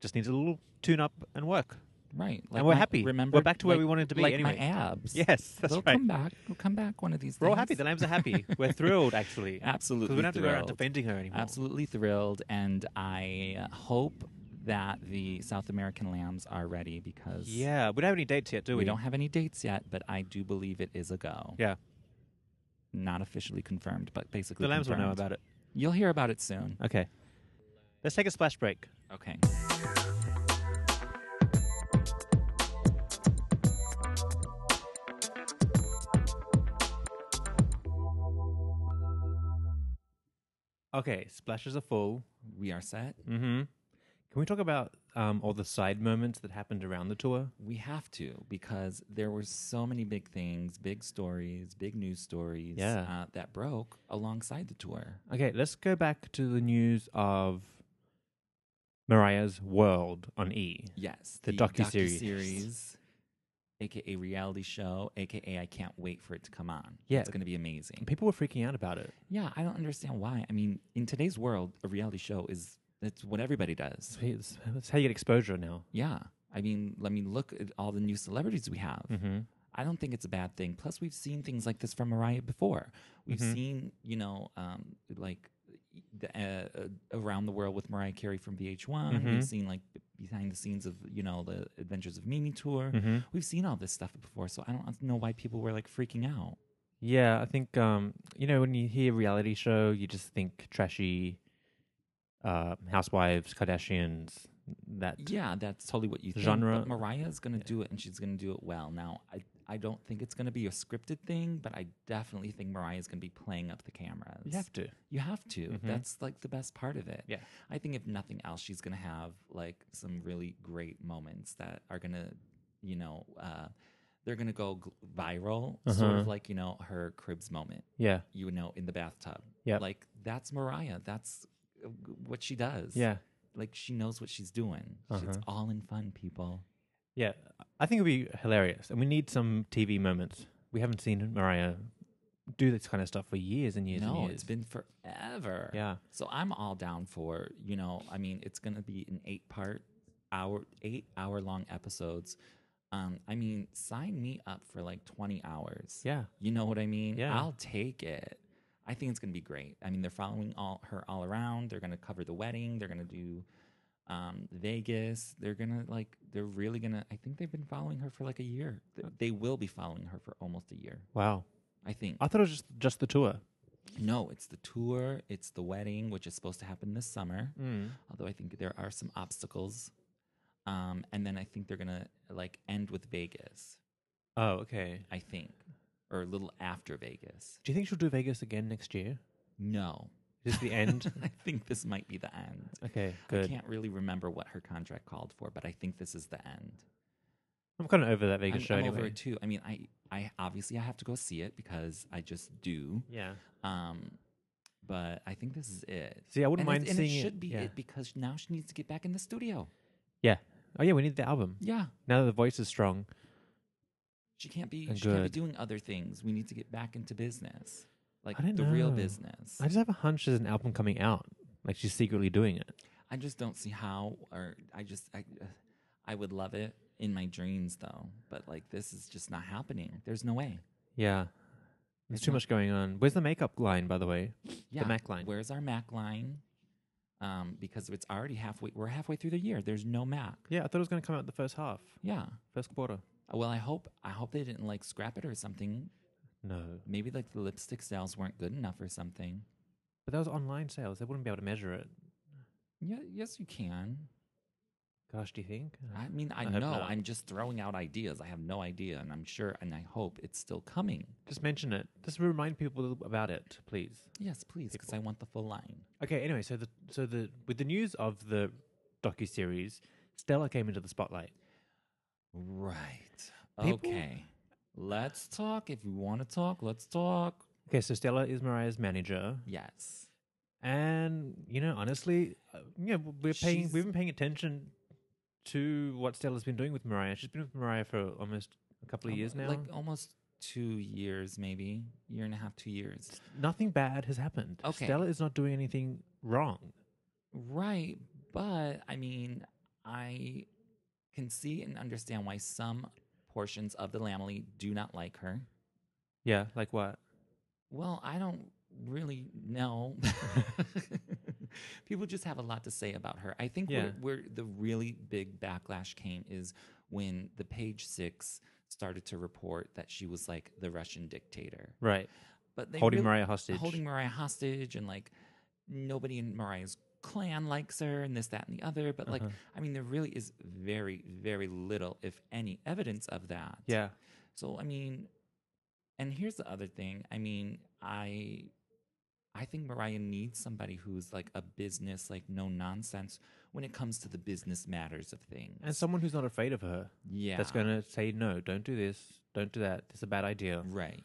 S2: Just needs a little tune up and work.
S1: Right.
S2: And we're happy. We're
S1: Remember
S2: back to where
S1: like-
S2: we wanted to be
S1: like
S2: anyway.
S1: My abs.
S2: Yes, that's
S1: They'll
S2: right.
S1: come back. We'll come back one of these
S2: We're all
S1: days.
S2: happy. The lambs are happy. We're thrilled, actually.
S1: Absolutely.
S2: Because we don't have to go around
S1: thrilled.
S2: defending her anymore.
S1: Absolutely thrilled. And I hope that the South American lambs are ready because
S2: Yeah, we don't have any dates yet, do
S1: we
S2: we?
S1: don't have any dates yet, but I do believe it is a go.
S2: Yeah,
S1: Not officially confirmed, but basically
S2: the lambs will know
S1: confirmed.
S2: about it.
S1: You'll hear about it soon.
S2: Okay. Let's take a splash break.
S1: Okay.
S2: Okay, splashes are full.
S1: We are set.
S2: Mm-hmm. Can we talk about um, all the side moments that happened around the tour?
S1: We have to because there were so many big things, big stories, big news stories
S2: Yeah.
S1: uh, that broke alongside the tour.
S2: Okay, let's go back to the news of Mariah's World on E.
S1: Yes,
S2: The docuseries.
S1: docuseries, aka reality show, aka I can't wait for it to come on.
S2: Yeah.
S1: it's going to be amazing.
S2: People were freaking out about it.
S1: Yeah, I don't understand why. I mean, in today's world, a reality show is that's what everybody does.
S2: That's that's how you get exposure now.
S1: Yeah, I mean, let me look at all the new celebrities we have.
S2: Mm-hmm.
S1: I don't think it's a bad thing. Plus, we've seen things like this from Mariah before. We've
S2: Mhm.
S1: seen, you know, um, like the, uh, uh, around the world with Mariah Carey from VH1. We've
S2: Mhm.
S1: seen like b- behind the scenes of, you know, the Adventures of Mimi tour.
S2: Mhm.
S1: We've seen all this stuff before, so I don't know why people were like freaking out.
S2: Yeah, I think um, you know when you hear reality show, you just think trashy uh, housewives, Kardashians, that
S1: Yeah, that's totally what you think.
S2: Genre-
S1: But Mariah is going to do it, and she's going to do it well. Now, I I don't think it's going to be a scripted thing, but I definitely think Mariah is going to be playing up the cameras.
S2: you have to. Mm-hmm.
S1: You have to. That's like the best part of it.
S2: Yeah.
S1: I think if nothing else, she's gonna have like some really great moments that are gonna, you know, uh, they're gonna go gl- viral. Sort of
S2: Uh-huh.
S1: like you know her cribs moment.
S2: Yeah,
S1: You know, in the bathtub.
S2: Yep.
S1: Like that's Mariah. That's uh, g- what she does.
S2: yeah,
S1: Like she knows what she's doing. It's
S2: Uh-huh.
S1: all in fun, people.
S2: yeah. I think it'd be hilarious, and we need some TV moments. We haven't seen Mariah do this kind of stuff for years and years. and
S1: no,
S2: years.
S1: it's been forever.
S2: Yeah.
S1: So I'm all down for, you know, I mean, it's going to be an eight part hour, eight hour long episodes. Um, I mean, sign me up for like 20 hours.
S2: yeah.
S1: You know what I mean?
S2: Yeah.
S1: I'll take it. I think it's going to be great. I mean, they're following all her all around. They're going to cover the wedding. They're going to do um, Vegas. They're going to like, they're really going to, I think they've been following her for like a year. Th- They will be following her for almost a year.
S2: Wow.
S1: I think.
S2: I thought it was just just the tour.
S1: No, it's the tour, it's the wedding, which is supposed to happen this summer.
S2: Mm.
S1: Although I think there are some obstacles. Um, and then I think they're gonna like end with Vegas,
S2: Oh, okay.
S1: I think, or a little after Vegas.
S2: Do you think she'll do Vegas again next year?
S1: No,
S2: Is this the end?
S1: I think this might be the end.
S2: okay,
S1: I
S2: good.
S1: can't really remember what her contract called for, but I think this is the end.
S2: I'm kind of over that Vegas
S1: I'm,
S2: show
S1: I'm
S2: anyway.
S1: over it too. I mean, I, I obviously I have to go see it because I just do.
S2: Yeah.
S1: Um, But I think this is it.
S2: See, I wouldn't
S1: And
S2: mind
S1: it's- and
S2: seeing
S1: it.
S2: it,
S1: should be
S2: yeah.
S1: it because now she needs to get back in the studio.
S2: Yeah. Oh yeah, we need the album.
S1: Yeah,
S2: Now that the voice is strong.
S1: she can't be.
S2: And
S1: She can't be
S2: good.
S1: doing other things. We need to get back into business, like
S2: don't
S1: the real
S2: know.
S1: business.
S2: I just have a hunch there's an album coming out. Like she's secretly doing it.
S1: I just don't see how, or I just, I, I would love it in my dreams though, but like this is just not happening. There's no way.
S2: Yeah. There's too much going on. Where's the makeup line, by the way?
S1: Yeah,
S2: Mac line.
S1: Where's our Mac line? Um, because it's already halfway. We're halfway through the year. There's no Mac.
S2: Yeah, I thought it was gonna come out the first half,
S1: Yeah.
S2: first quarter.
S1: Well, I hope I hope they didn't like scrap it or something.
S2: No,
S1: Maybe like the lipstick sales weren't good enough or something.
S2: but that was online sales. They wouldn't be able to measure it.
S1: Yeah. Yes, you can.
S2: Gosh, do you think? Uh,
S1: I mean, I,
S2: I hope
S1: know.
S2: not.
S1: I'm just throwing out ideas. I have no idea, and I'm sure, and I hope it's still coming.
S2: Just mention it. Just remind people about it, please.
S1: Yes, please, because I want the full line.
S2: Okay. Anyway, so the so the with the news of the docu series, Stella came into the spotlight.
S1: Right.
S2: People-
S1: Okay. Let's talk. If you want to talk, let's talk.
S2: Okay, so Stella is Mariah's manager,
S1: Yes.
S2: and you know, honestly, uh, yeah, w- we're paying.
S1: She's-
S2: We've been paying attention to what Stella's been doing with Mariah. She's been with Mariah for almost a couple of
S1: Almo-
S2: years now.
S1: Like almost two years, maybe. Year and a half, two years.
S2: Nothing bad has happened.
S1: Okay.
S2: Stella is not doing anything wrong.
S1: Right. But I mean, I can see and understand why some portions of the Lamely do not like her.
S2: Yeah, like what?
S1: Well, I don't really know. People just have a lot to say about her. I think
S2: Yeah.
S1: where, where the really big backlash came is when the page six started to report that she was like the Russian dictator.
S2: Right.
S1: But they
S2: Holding
S1: really-
S2: Mariah hostage.
S1: Holding Mariah hostage and like nobody in Mariah's clan likes her and this, that, and the other. But
S2: Uh-huh.
S1: like, I mean, there really is very, very little, if any, evidence of that.
S2: Yeah.
S1: So I mean, and here's the other thing. I mean, I I think Mariah needs somebody who's like a business, like no nonsense when it comes to the business matters of things.
S2: And someone who's not afraid of her.
S1: yeah,
S2: That's going to say, no, don't do this. Don't do that. It's a bad idea.
S1: right.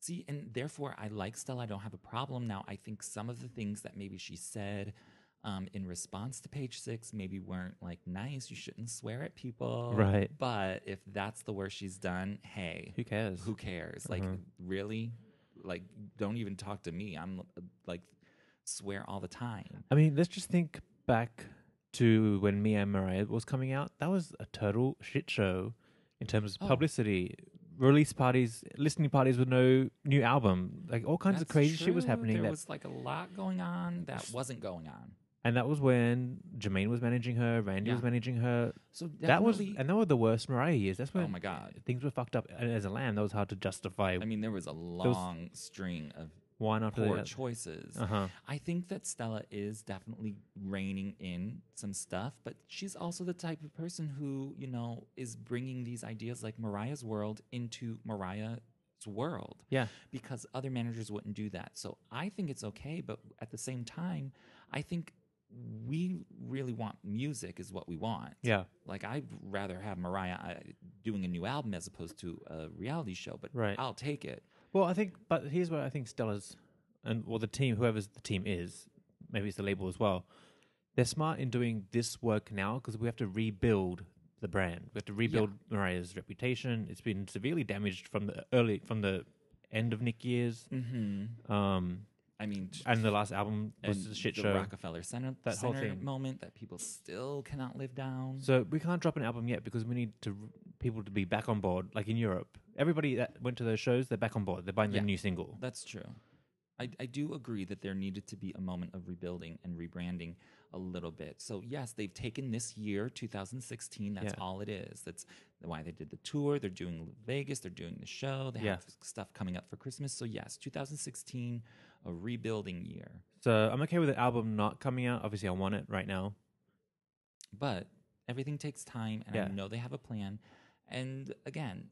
S1: See, and therefore I like Stella. I don't have a problem now. I think some of the things that maybe she said. Um, in response to page six, maybe weren't like nice. You shouldn't swear at people.
S2: Right.
S1: But if that's the worst she's done, hey,
S2: Who cares? Mm-hmm.
S1: who cares? Like, really? Like, don't even talk to me. I'm uh, like, swear all the time.
S2: I mean, let's just think back to when Mia and Mariah was coming out. That was a total shit show in terms
S1: Oh.
S2: of publicity, release parties, listening parties with no new album. Like all kinds of
S1: That's
S2: crazy shit was
S1: true.
S2: happening.
S1: There
S2: that-
S1: was like a lot going on that wasn't going on.
S2: and that was when Jermaine was managing her, Randy was
S1: Yeah.
S2: managing her.
S1: So
S2: That was,
S1: definitely- Oh
S2: and that were the worst Mariah years. That's when
S1: my God.
S2: things were fucked up. And as a lamb, that was hard to justify
S1: I mean, there was a long string of
S2: one after the
S1: poor
S2: other.
S1: choices.
S2: Uh-huh.
S1: I think that Stella is definitely reining in some stuff, but she's also the type of person who, you know, is bringing these ideas like Mariah's world into Mariah's world.
S2: Yeah.
S1: Because other managers wouldn't do that. So I think it's okay, but at the same time, I think we really want music is what we want.
S2: Yeah.
S1: Like I'd rather have Mariah uh, doing a new album as opposed to a reality show, but
S2: Right.
S1: I'll take it.
S2: Well, I think, but here's where I think Stella's and or the team, whoever's the team is, maybe it's the label as well. They're smart in doing this work now because we have to rebuild the brand. We have to rebuild Mariah's reputation. It's been severely damaged from the early, from the end of Nick years,
S1: Mm.
S2: mm-hmm. um,
S1: I mean,
S2: and the last album was
S1: and
S2: a shit
S1: the
S2: show.
S1: Rockefeller Center
S2: That whole
S1: Center
S2: thing.
S1: moment that people still cannot live down.
S2: So we can't drop an album yet because we need to people to be back on board. Like in Europe, everybody that went to those shows, they're back on board. They're buying
S1: Yeah.
S2: the new single.
S1: That's true. I, I do agree that there needed to be a moment of rebuilding and rebranding a little bit. So yes, they've taken this year, 2016. That's
S2: Yeah.
S1: all it is. That's why they did the tour. They're doing Vegas. They're doing the show. They
S2: Yeah.
S1: have stuff coming up for Christmas. So yes, 2016, a rebuilding year.
S2: So I'm okay with the album not coming out. Obviously, I want it right now.
S1: but everything takes time and i
S2: Yeah.
S1: know they have a plan and again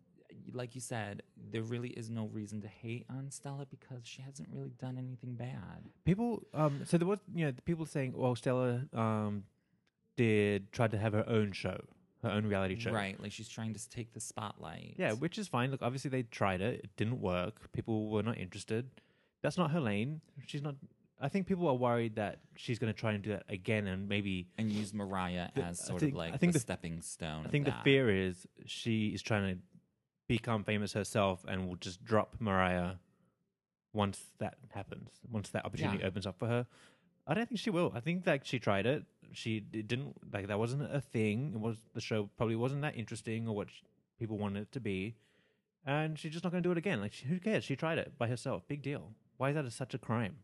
S1: like you said there really is no reason to hate on stella because she hasn't really done anything bad
S2: People, um, so there was, you know, the people saying, well, Stella um, did try to have her own show, her own reality show.
S1: right like she's trying to s- take the spotlight
S2: Yeah, which is fine. Look, obviously they tried it; it didn't work. People were not interested. That's not her lane. She's not I think people are worried that she's going to try and do that again, and maybe
S1: and use Mariah
S2: The-
S1: as
S2: I
S1: sort
S2: think-
S1: of like
S2: I think
S1: the,
S2: the-
S1: stepping stone.
S2: I think the fear is she is trying to become famous herself and will just drop Mariah once that happens, once that opportunity
S1: Yeah.
S2: opens up for her. I don't think she will. I think that she tried it. She it didn't like that wasn't a thing. It was the show probably wasn't that interesting or what sh- people wanted it to be, and she's just not going to do it again. Like she, who cares? She tried it by herself. Big deal. Why is that a, such a crime?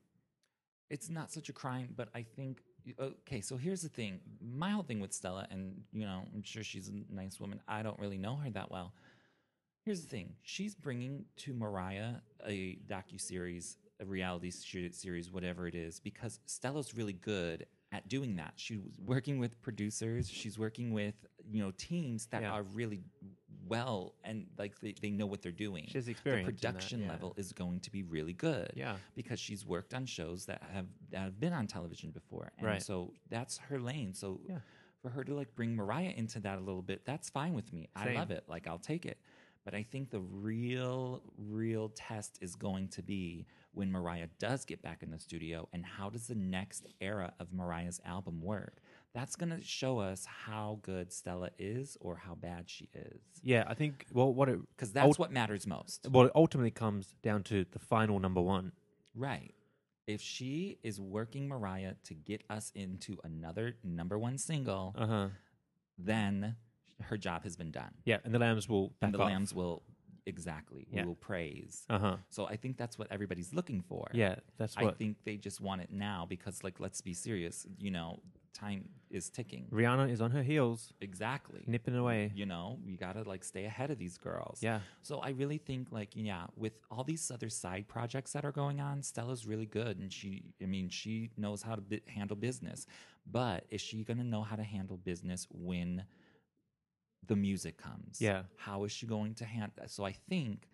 S1: It's not such a crime, but I think okay. So here's the thing. My whole thing with Stella, and you know, I'm sure she's a nice woman. I don't really know her that well. Here's the thing. She's bringing to Mariah a docu series, a reality sh- series, whatever it is, because Stella's really good at doing that. She's working with producers. She's working with you know teams that
S2: Yeah.
S1: are really well and like they, they know what they're doing.
S2: She has experience
S1: The
S2: in that,
S1: production
S2: yeah.
S1: level is going to be really good
S2: Yeah.
S1: because she's worked on shows that have that have been on television before, and
S2: Right.
S1: so that's her lane. So
S2: Yeah.
S1: for her to like bring Mariah into that a little bit, that's fine with me. I love
S2: Same.
S1: it. Like I'll take it. But I think the real, real test is going to be when Mariah does get back in the studio, and how does the next era of Mariah's album work? That's going to show us how good Stella is or how bad she is,
S2: Yeah, I think. Well, what it
S1: because that's
S2: Ult-
S1: what matters most.
S2: well it ultimately comes down to the final number one.
S1: Right. If she is working Mariah to get us into another number one single,
S2: Uh huh.
S1: then her job has been done.
S2: Yeah, and the lambs will back
S1: and the
S2: off.
S1: lambs will, exactly,
S2: Yeah.
S1: we will praise.
S2: Uh huh.
S1: So I think that's what everybody's looking for.
S2: Yeah, that's
S1: I
S2: what
S1: think they just want it now because, like, let's be serious, you know, time is ticking.
S2: Rihanna is on her heels,
S1: Exactly.
S2: nipping away.
S1: You know, you gotta like stay ahead of these girls.
S2: Yeah.
S1: So I really think like yeah, with all these other side projects that are going on, Stella's really good, and she, I mean, she knows how to bi- handle business. But is she gonna know how to handle business when the music comes?
S2: Yeah.
S1: How is she going to handle? So I think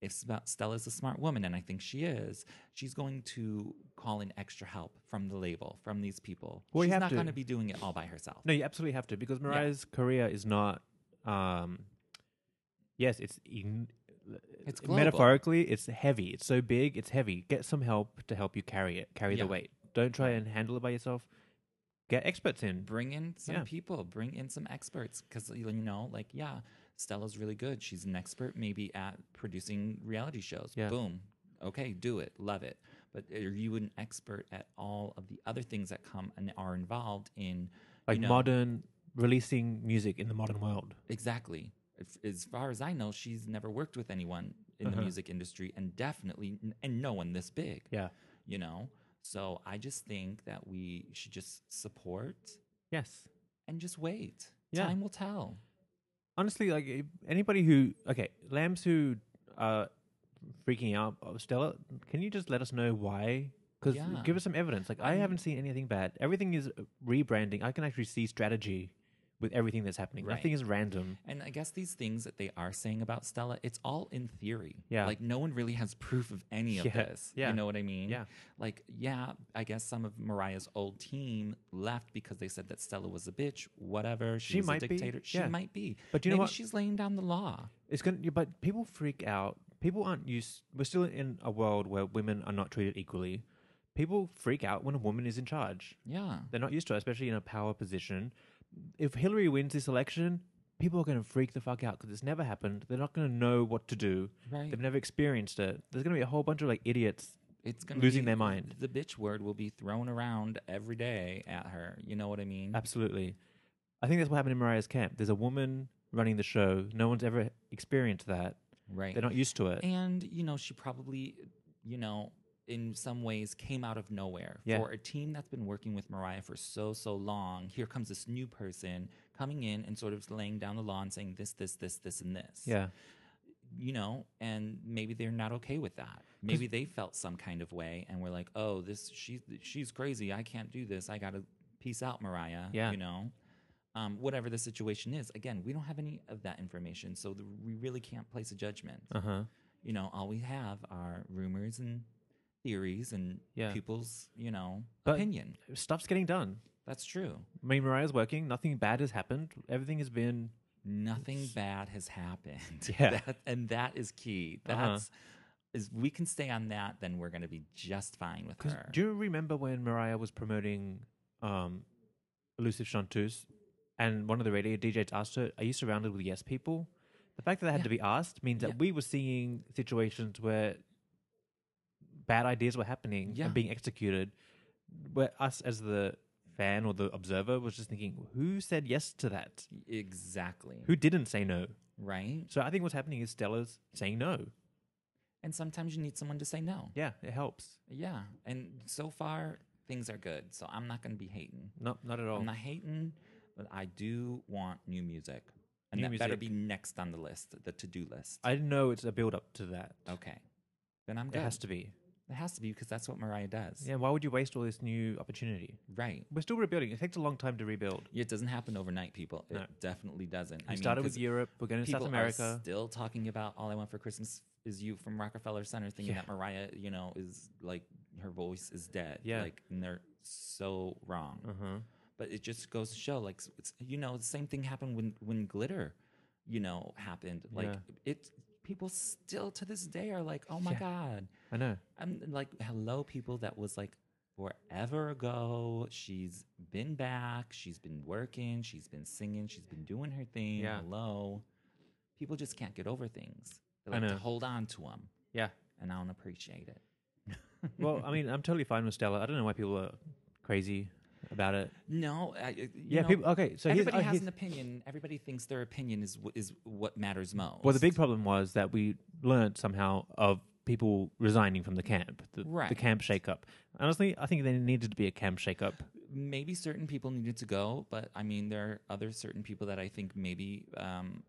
S1: if Spe- Stella's a smart woman, and I think she is, she's going to call in extra help from the label, from these people.
S2: Well, you
S1: she's
S2: have
S1: not
S2: to.
S1: gonna be doing it all by herself.
S2: No, you absolutely have to because Mariah's career is not. um Yes, it's en-
S1: It's global.
S2: metaphorically it's heavy. It's so big, it's heavy. Get some help to help you carry it, carry
S1: Yeah.
S2: the weight. Don't try and handle it by yourself. Get experts in.
S1: bring in some
S2: Yeah.
S1: people bring in some experts because you know like yeah stella's really good she's an expert maybe at producing reality shows
S2: Yeah.
S1: boom okay do it love it but are you an expert at all of the other things that come and are involved in
S2: Like
S1: you know,
S2: modern releasing music in the modern world.
S1: exactly If- as far as i know she's never worked with anyone in
S2: Uh-huh.
S1: the music industry and definitely and no one this big
S2: Yeah.
S1: you know so i just think that we should just support
S2: Yes.
S1: and just wait
S2: Yeah.
S1: time will tell
S2: honestly, like if anybody who okay, lambs who are freaking out, oh, Stella, can you just let us know why? Because
S1: Yeah.
S2: give us some evidence. Like I haven't seen anything bad. Everything is rebranding. I can actually see strategy with everything that's happening.
S1: Right.
S2: Nothing is random.
S1: And I guess these things that they are saying about Stella, it's all in theory.
S2: Yeah.
S1: Like no one really has proof of any of
S2: Yeah,
S1: this.
S2: yeah,
S1: You know what I mean?
S2: yeah.
S1: Like, yeah, I guess some of Mariah's old team left because they said that Stella was a bitch, whatever. She,
S2: She
S1: was
S2: might
S1: a
S2: be,
S1: dictator. She
S2: yeah.
S1: might be.
S2: But you know
S1: Maybe
S2: what?
S1: she's laying down the law.
S2: It's gonna, but people freak out. People aren't used. We're still in a world where women are not treated equally. People freak out when a woman is in charge.
S1: Yeah.
S2: They're not used to it, especially in a power position. If Hillary wins this election, people are going to freak the fuck out because it's never happened. They're not going to know what to do.
S1: Right.
S2: They've never experienced it. There's going to be a whole bunch of like idiots.
S1: It's gonna
S2: losing
S1: be-
S2: their mind.
S1: The bitch word will be thrown around every day at her. You know what I mean?
S2: Absolutely. I think that's what happened in Mariah's camp. There's a woman running the show. No one's ever experienced that.
S1: Right.
S2: They're not used to it.
S1: And, you know, she probably, you know, in some ways came out of nowhere.
S2: Yeah.
S1: For a team that's been working with Mariah for so, so long, here comes this new person coming in and sort of laying down the law and saying this, this, this, this, and this.
S2: Yeah.
S1: You know, and maybe they're not okay with that. Maybe they felt some kind of way and were like, oh, this, she's, she's crazy. I can't do this. I got to peace out, Mariah.
S2: Yeah.
S1: You know? Um, whatever the situation is, again, we don't have any of that information, so the, we really can't place a judgment
S2: Uh huh.
S1: you know, all we have are rumors and theories and
S2: Yeah.
S1: people's, you know,
S2: But-
S1: opinion.
S2: Stuff's getting done.
S1: That's true.
S2: I mean, Mariah's working. Nothing bad has happened. Everything has been.
S1: Nothing bad has happened.
S2: Yeah.
S1: That- and that is key.
S2: Uh-huh.
S1: That's Is we can stay on that, then we're gonna be just fine with
S2: 'Cause
S1: her.
S2: do you remember when Mariah was promoting um, Elusive Chanteuse and one of the radio DJs asked her, Are you surrounded with yes people? The fact that that had to be asked means
S1: Yeah.
S2: that we were seeing situations where bad ideas were happening
S1: Yeah.
S2: and being executed, where us as the fan or the observer was just thinking, Who said yes to that?
S1: exactly.
S2: Who didn't say no?
S1: right?
S2: So I think what's happening is Stella's saying no.
S1: And sometimes you need someone to say no.
S2: Yeah, it helps.
S1: Yeah. And so far, things are good. So I'm not going to be hating.
S2: No, not at all.
S1: I'm not hating, but I do want new music. And
S2: New
S1: that better be
S2: music.
S1: next on the list, the to do list.
S2: I didn't know it's a build up to that.
S1: okay. Then I'm
S2: It
S1: good.
S2: has to be.
S1: It has to be because that's what Mariah does.
S2: Yeah, why would you waste all this new opportunity?
S1: Right.
S2: We're still rebuilding. It takes a long time to rebuild.
S1: It doesn't happen overnight, people. It
S2: No.
S1: definitely doesn't.
S2: We started with
S1: 'cause
S2: Europe. We're going to
S1: People
S2: South
S1: are
S2: America.
S1: still talking about "All I Want for Christmas Is You" from Rockefeller Center, thinking
S2: Yeah.
S1: that Mariah, you know, is like her voice is dead.
S2: Yeah.
S1: like and they're so wrong.
S2: uh-huh.
S1: But it just goes to show, like, it's, you know, the same thing happened when when glitter, you know, happened. Like
S2: Yeah.
S1: it, people still to this day are like, "Oh my
S2: Yeah.
S1: god!"
S2: I know.
S1: I'm like, "Hello, people." That was like forever ago. She's been back. She's been working. She's been singing. She's been doing her thing.
S2: Yeah.
S1: Hello. People just can't get over things. They
S2: I
S1: like to
S2: know.
S1: hold on to them,
S2: Yeah.
S1: and I don't appreciate it.
S2: Well, I mean, I'm totally fine with Stella. I don't know why people are crazy about it.
S1: No, I, I- you
S2: Yeah,
S1: know,
S2: people- okay, so here's-
S1: everybody
S2: uh,
S1: has
S2: here's-
S1: an opinion. Everybody thinks their opinion is wh- is what matters most.
S2: Well, the big problem was that we learned somehow of people resigning from the camp, the, the
S1: Right.
S2: camp shakeup. Honestly, I think there needed to be a camp shakeup.
S1: maybe certain people needed to go, but I mean, there are other certain people that I think maybe. Um,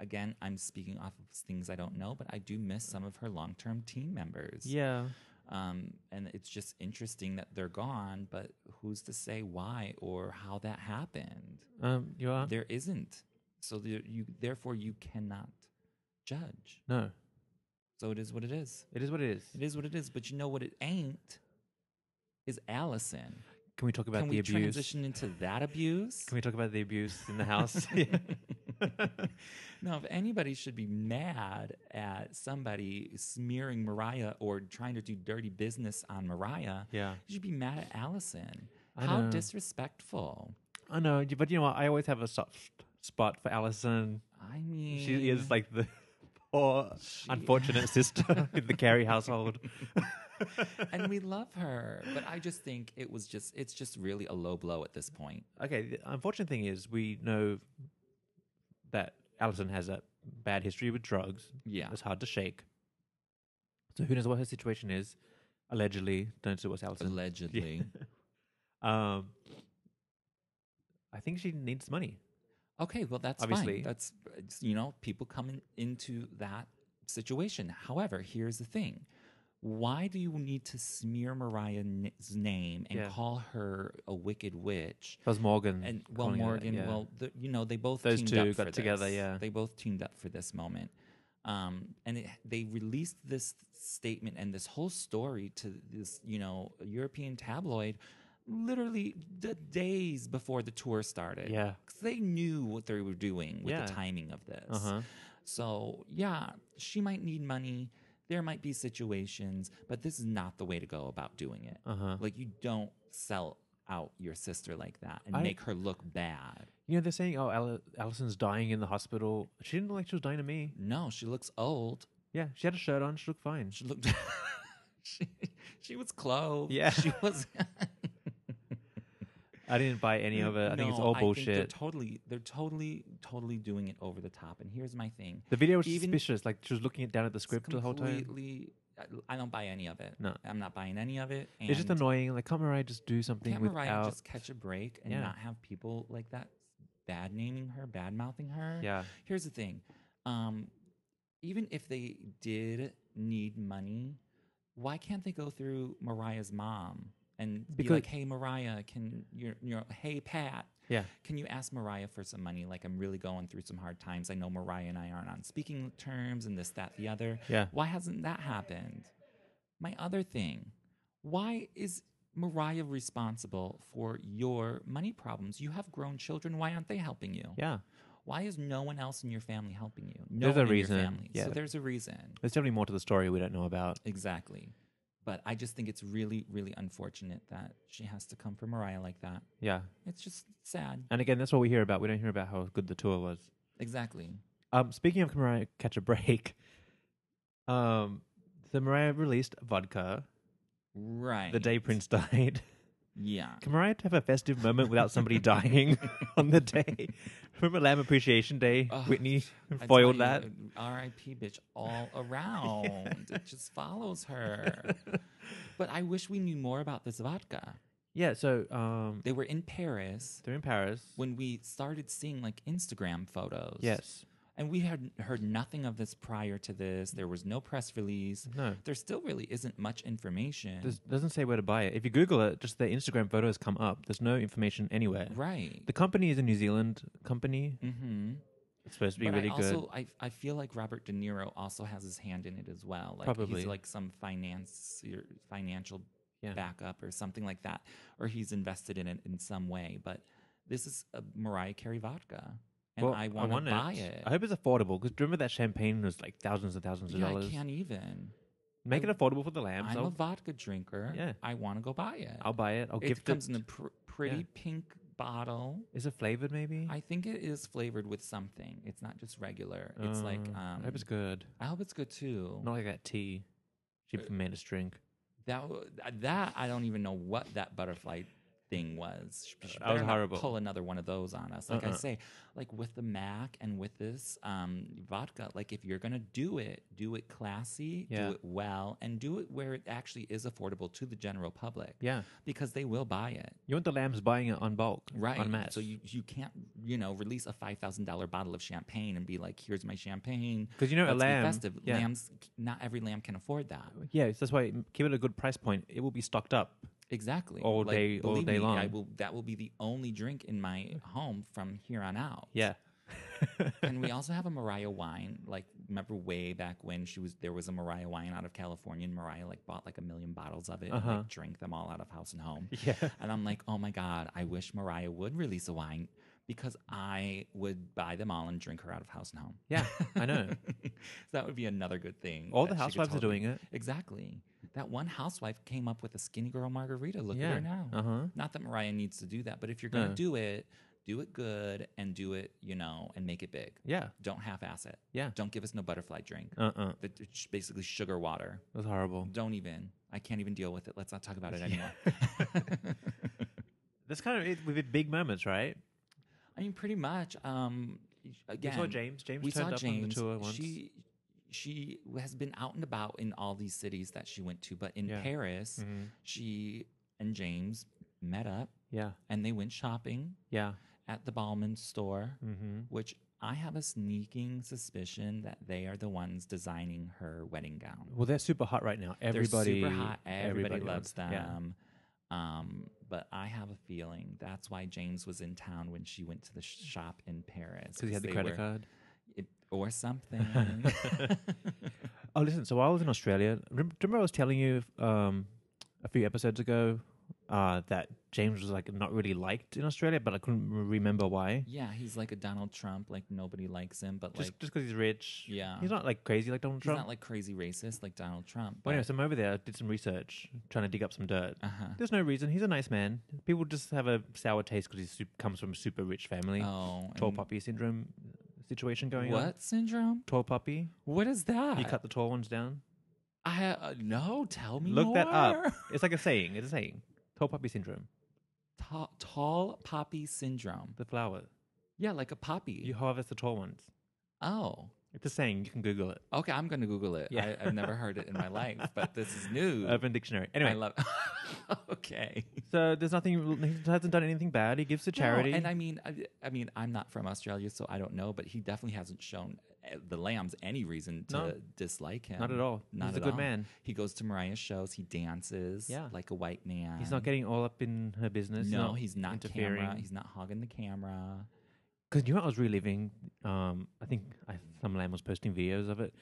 S1: again, I'm speaking off of things I don't know, but I do miss some of her long term team members.
S2: Yeah.
S1: Um, and it's just interesting that they're gone, but who's to say why or how that happened?
S2: Um, you are?
S1: There isn't. So there, you therefore you cannot judge.
S2: no.
S1: So it is what it is.
S2: It is what it is.
S1: It is what it is. But you know what it ain't is Allison.
S2: Can we talk about
S1: Can
S2: the
S1: we
S2: abuse?
S1: transition into that abuse?
S2: Can we talk about the abuse in the house? yeah.
S1: Now, if anybody should be mad at somebody smearing Mariah or trying to do dirty business on Mariah,
S2: Yeah.
S1: you should be mad at Allison.
S2: I
S1: How
S2: know.
S1: disrespectful.
S2: I know, but you know what? I always have a soft spot for Allison.
S1: I mean,
S2: She is like the poor, unfortunate sister in the Carey household.
S1: and we love her, but I just think it was just, it's just really a low blow at this point.
S2: Okay, the unfortunate thing is we know that Allison has a bad history with drugs.
S1: Yeah.
S2: It's hard to shake. So who knows what her situation is? Allegedly, don't sue us, Allison.
S1: Allegedly.
S2: um, I think she needs money.
S1: Okay, well that's
S2: Obviously.
S1: fine. That's you know people coming into that situation. However, here's the thing: why do you need to smear Mariah's name and
S2: Yeah.
S1: call her a wicked witch?
S2: That was Morgan.
S1: And well,
S2: calling her that,
S1: Morgan,
S2: yeah.
S1: well, the, you know they both
S2: Those
S1: teamed
S2: two
S1: up
S2: got
S1: for
S2: together,
S1: this.
S2: yeah.
S1: they both teamed up for this moment. Um, and it, they released this statement and this whole story to this, you know, European tabloid, literally the days before the tour started
S2: Yeah.
S1: because they knew what they were doing with
S2: Yeah.
S1: the timing of this.
S2: Uh-huh.
S1: So yeah, she might need money. There might be situations, but this is not the way to go about doing it.
S2: Uh-huh.
S1: Like you don't sell out your sister like that and
S2: I-
S1: make her look bad.
S2: You know, they're saying, oh, Al- Allison's dying in the hospital. She didn't look like she was dying to me.
S1: No, she looks old.
S2: Yeah, she had a shirt on. She looked fine.
S1: She looked. she she was clothed.
S2: Yeah.
S1: she was.
S2: I didn't buy any of it. I think it's all
S1: I they're
S2: bullshit.
S1: totally, they're totally, totally doing it over the top. And here's my thing:
S2: the video was
S1: even-
S2: suspicious. Like, she was looking down at the
S1: It's
S2: script the whole time.
S1: completely- I I don't buy any of it.
S2: No.
S1: I'm not buying any of it. And
S2: It's just annoying. Like, can't Mariah just do something
S1: Can't
S2: without...
S1: Mariah just catch a break and
S2: Yeah.
S1: not have people like that bad naming her, bad mouthing her?
S2: Yeah.
S1: Here's the thing. Um, even if they did need money, why can't they go through Mariah's mom and be
S2: Because-
S1: like, "Hey, Mariah, can you, you know, hey Pat,
S2: Yeah.
S1: can you ask Mariah for some money? Like, I'm really going through some hard times. I know Mariah and I aren't on speaking terms and this, that, the other.
S2: Yeah.
S1: Why hasn't that happened? My other thing, why is Mariah responsible for your money problems? You have grown children. Why aren't they helping you?
S2: Yeah.
S1: Why is no one else in your family helping you? No
S2: There's
S1: one in
S2: a
S1: your
S2: reason,
S1: family.
S2: yeah.
S1: So there's a reason.
S2: There's definitely more to the story we don't know about.
S1: Exactly. But I just think it's really, really unfortunate that she has to come for Mariah like that.
S2: Yeah.
S1: It's just sad.
S2: And again, that's what we hear about. We don't hear about how good the tour was.
S1: Exactly.
S2: Um, speaking of Mariah Catch a Break, um, so Mariah released Vodka
S1: Right.
S2: the day Prince died.
S1: Yeah.
S2: Can Mariah have a festive moment without somebody dying on the day? Remember Lamb Appreciation Day?
S1: Ugh,
S2: Whitney
S1: I tell
S2: foiled
S1: you, uh,
S2: that.
S1: R.I.P. bitch all around. It just follows her. but I wish we knew more about this vodka.
S2: Yeah, so um,
S1: They were in Paris
S2: they're in Paris.
S1: when we started seeing like Instagram photos.
S2: Yes.
S1: And we had heard nothing of this prior to this. There was no press release.
S2: No.
S1: There still really isn't much information.
S2: This doesn't say where to buy it. If you Google it, just their Instagram photos come up. There's no information anywhere.
S1: right.
S2: The company is a New Zealand company.
S1: mm-hmm.
S2: It's supposed to be
S1: But
S2: really
S1: I
S2: good.
S1: also, I, I feel like Robert De Niro also has his hand in it as well. Like
S2: Probably.
S1: he's like some finance financial
S2: Yeah.
S1: backup or something like that, or he's invested in it in some way. But this is a Mariah Carey vodka, and
S2: Well,
S1: I want
S2: want
S1: to buy it.
S2: I hope it's affordable because remember that champagne was like thousands and thousands of
S1: yeah, I
S2: dollars.
S1: can't even.
S2: Make it affordable for the
S1: I'm,
S2: lambs.
S1: a
S2: I'll,
S1: vodka drinker.
S2: Yeah.
S1: I want to go buy it.
S2: I'll buy it. I'll
S1: it
S2: gift
S1: comes
S2: it.
S1: in a pr- pretty pink bottle.
S2: is it flavored maybe?
S1: I think it is flavored with something. It's not just regular. It's like
S2: Uh,
S1: um,
S2: I hope it's good.
S1: I hope it's good too.
S2: Not like that tea she
S1: Uh,
S2: made us drink.
S1: That w- that I don't even know what that butterfly thing was. Sh- sh-
S2: Uh, That was
S1: better not
S2: horrible.
S1: Pull another one of those on us. Like I
S2: Uh-uh.
S1: say, like with the Mac and with this um, vodka. Like if you're gonna do it, do it classy,
S2: Yeah.
S1: do it well, and do it where it actually is affordable to the general public.
S2: Yeah.
S1: because they will buy it.
S2: You want the lambs buying it on bulk,
S1: Right.
S2: On mass,
S1: So you, you can't, you know, release a five thousand dollar bottle of champagne and be like, here's my champagne.
S2: 'Cause you know a
S1: Let's be
S2: lamb-
S1: festive.
S2: yeah.
S1: Lambs not every lamb can afford that.
S2: yeah, so that's why keep it a good price point. It will be stocked up.
S1: Exactly.
S2: All day- all
S1: believe
S2: day
S1: me, I
S2: long.
S1: will. That will be the only drink in my home from here on out.
S2: Yeah,
S1: and we also have a Mariah wine. Like, remember way back when she was there was a Mariah wine out of California, and Mariah like bought like a million bottles of it and
S2: Uh-huh.
S1: like drank them all out of house and home.
S2: yeah.
S1: And I'm like, oh my god, I wish Mariah would release a wine because I would buy them all and drink her out of house and home.
S2: Yeah, I know.
S1: that would be another good thing.
S2: All
S1: that
S2: the
S1: she could
S2: housewives are
S1: totally-
S2: doing it.
S1: Exactly. That one housewife came up with a skinny girl margarita. Look at
S2: Yeah.
S1: her now.
S2: Uh-huh.
S1: Not that Mariah needs to do that, but if you're going to
S2: No.
S1: do it, do it good and do it, you know, and make it big.
S2: Yeah,
S1: Don't half ass it.
S2: yeah.
S1: Don't give us no butterfly drink.
S2: Uh uh
S1: That- It's basically sugar water.
S2: That's horrible.
S1: Don't even. I can't even deal with it. Let's not talk about it anymore.
S2: That's kind of it with the big moments, right?
S1: I mean, pretty much. Um, again,
S2: we saw James. James
S1: we
S2: turned
S1: saw
S2: up on the
S1: James.
S2: tour once.
S1: She she has been out and about in all these cities that she went to, but in
S2: Yeah.
S1: Paris,
S2: Mhm.
S1: she and James met up
S2: Yeah,
S1: and they went shopping
S2: yeah.
S1: at the Ballman store,
S2: Mm-hmm.
S1: which I have a sneaking suspicion that they are the ones designing her wedding gown.
S2: Well, they're super hot right now. Everybody,
S1: They're super hot. Everybody, loves them.
S2: Yeah.
S1: Um, but I have a feeling that's why James was in town when she went to the sh- shop in Paris
S2: Because he had the
S1: they
S2: credit
S1: were-
S2: card.
S1: it, or something.
S2: Oh, listen. So while I was in Australia, rem- remember I was telling you um, a few episodes ago uh, that James was like not really liked in Australia, but I couldn't re- remember why.
S1: yeah, he's like a Donald Trump. Like nobody likes him, but
S2: Just
S1: like
S2: just because he's rich.
S1: Yeah.
S2: He's not like crazy like Donald
S1: he's
S2: Trump.
S1: not like crazy racist like Donald Trump.
S2: Well, anyway,
S1: but-
S2: so I'm over there. I did some research, trying to dig up some dirt.
S1: Uh-huh.
S2: There's no reason. He's a nice man. People just have a sour taste because he su- comes from a super rich family.
S1: oh,
S2: tall
S1: and
S2: poppy syndrome uh, situation going on.
S1: What syndrome?
S2: Tall poppy.
S1: What is that?
S2: You cut the tall ones down.
S1: I ha- uh, no. Tell me.
S2: Look that
S1: more.
S2: up. It's like a saying. It's a saying. Tall poppy syndrome.
S1: Ta- tall poppy syndrome.
S2: The flower.
S1: Yeah, like a poppy.
S2: You harvest the tall ones.
S1: oh.
S2: It's a saying. You can Google it.
S1: Okay, I'm going to Google it.
S2: Yeah.
S1: I, I've never heard it in my life, but this is new.
S2: Urban Dictionary.
S1: I
S2: Anyway,
S1: love. okay.
S2: so there's nothing. He hasn't done anything bad. He gives to charity.
S1: No, and I mean, I, I mean, I'm not from Australia, so I don't know, but he definitely hasn't shown uh, the Lambs any reason to
S2: No.
S1: dislike him.
S2: Not at all.
S1: Not
S2: He's a
S1: at
S2: good
S1: all.
S2: man.
S1: He goes to Mariah's shows. He dances.
S2: Yeah.
S1: like a white man.
S2: He's not getting all up in her business.
S1: No, he's not camera.
S2: interfering.
S1: He's not hogging the camera.
S2: Because you know, what I was reliving. Um, I think I, some lamb was posting videos of it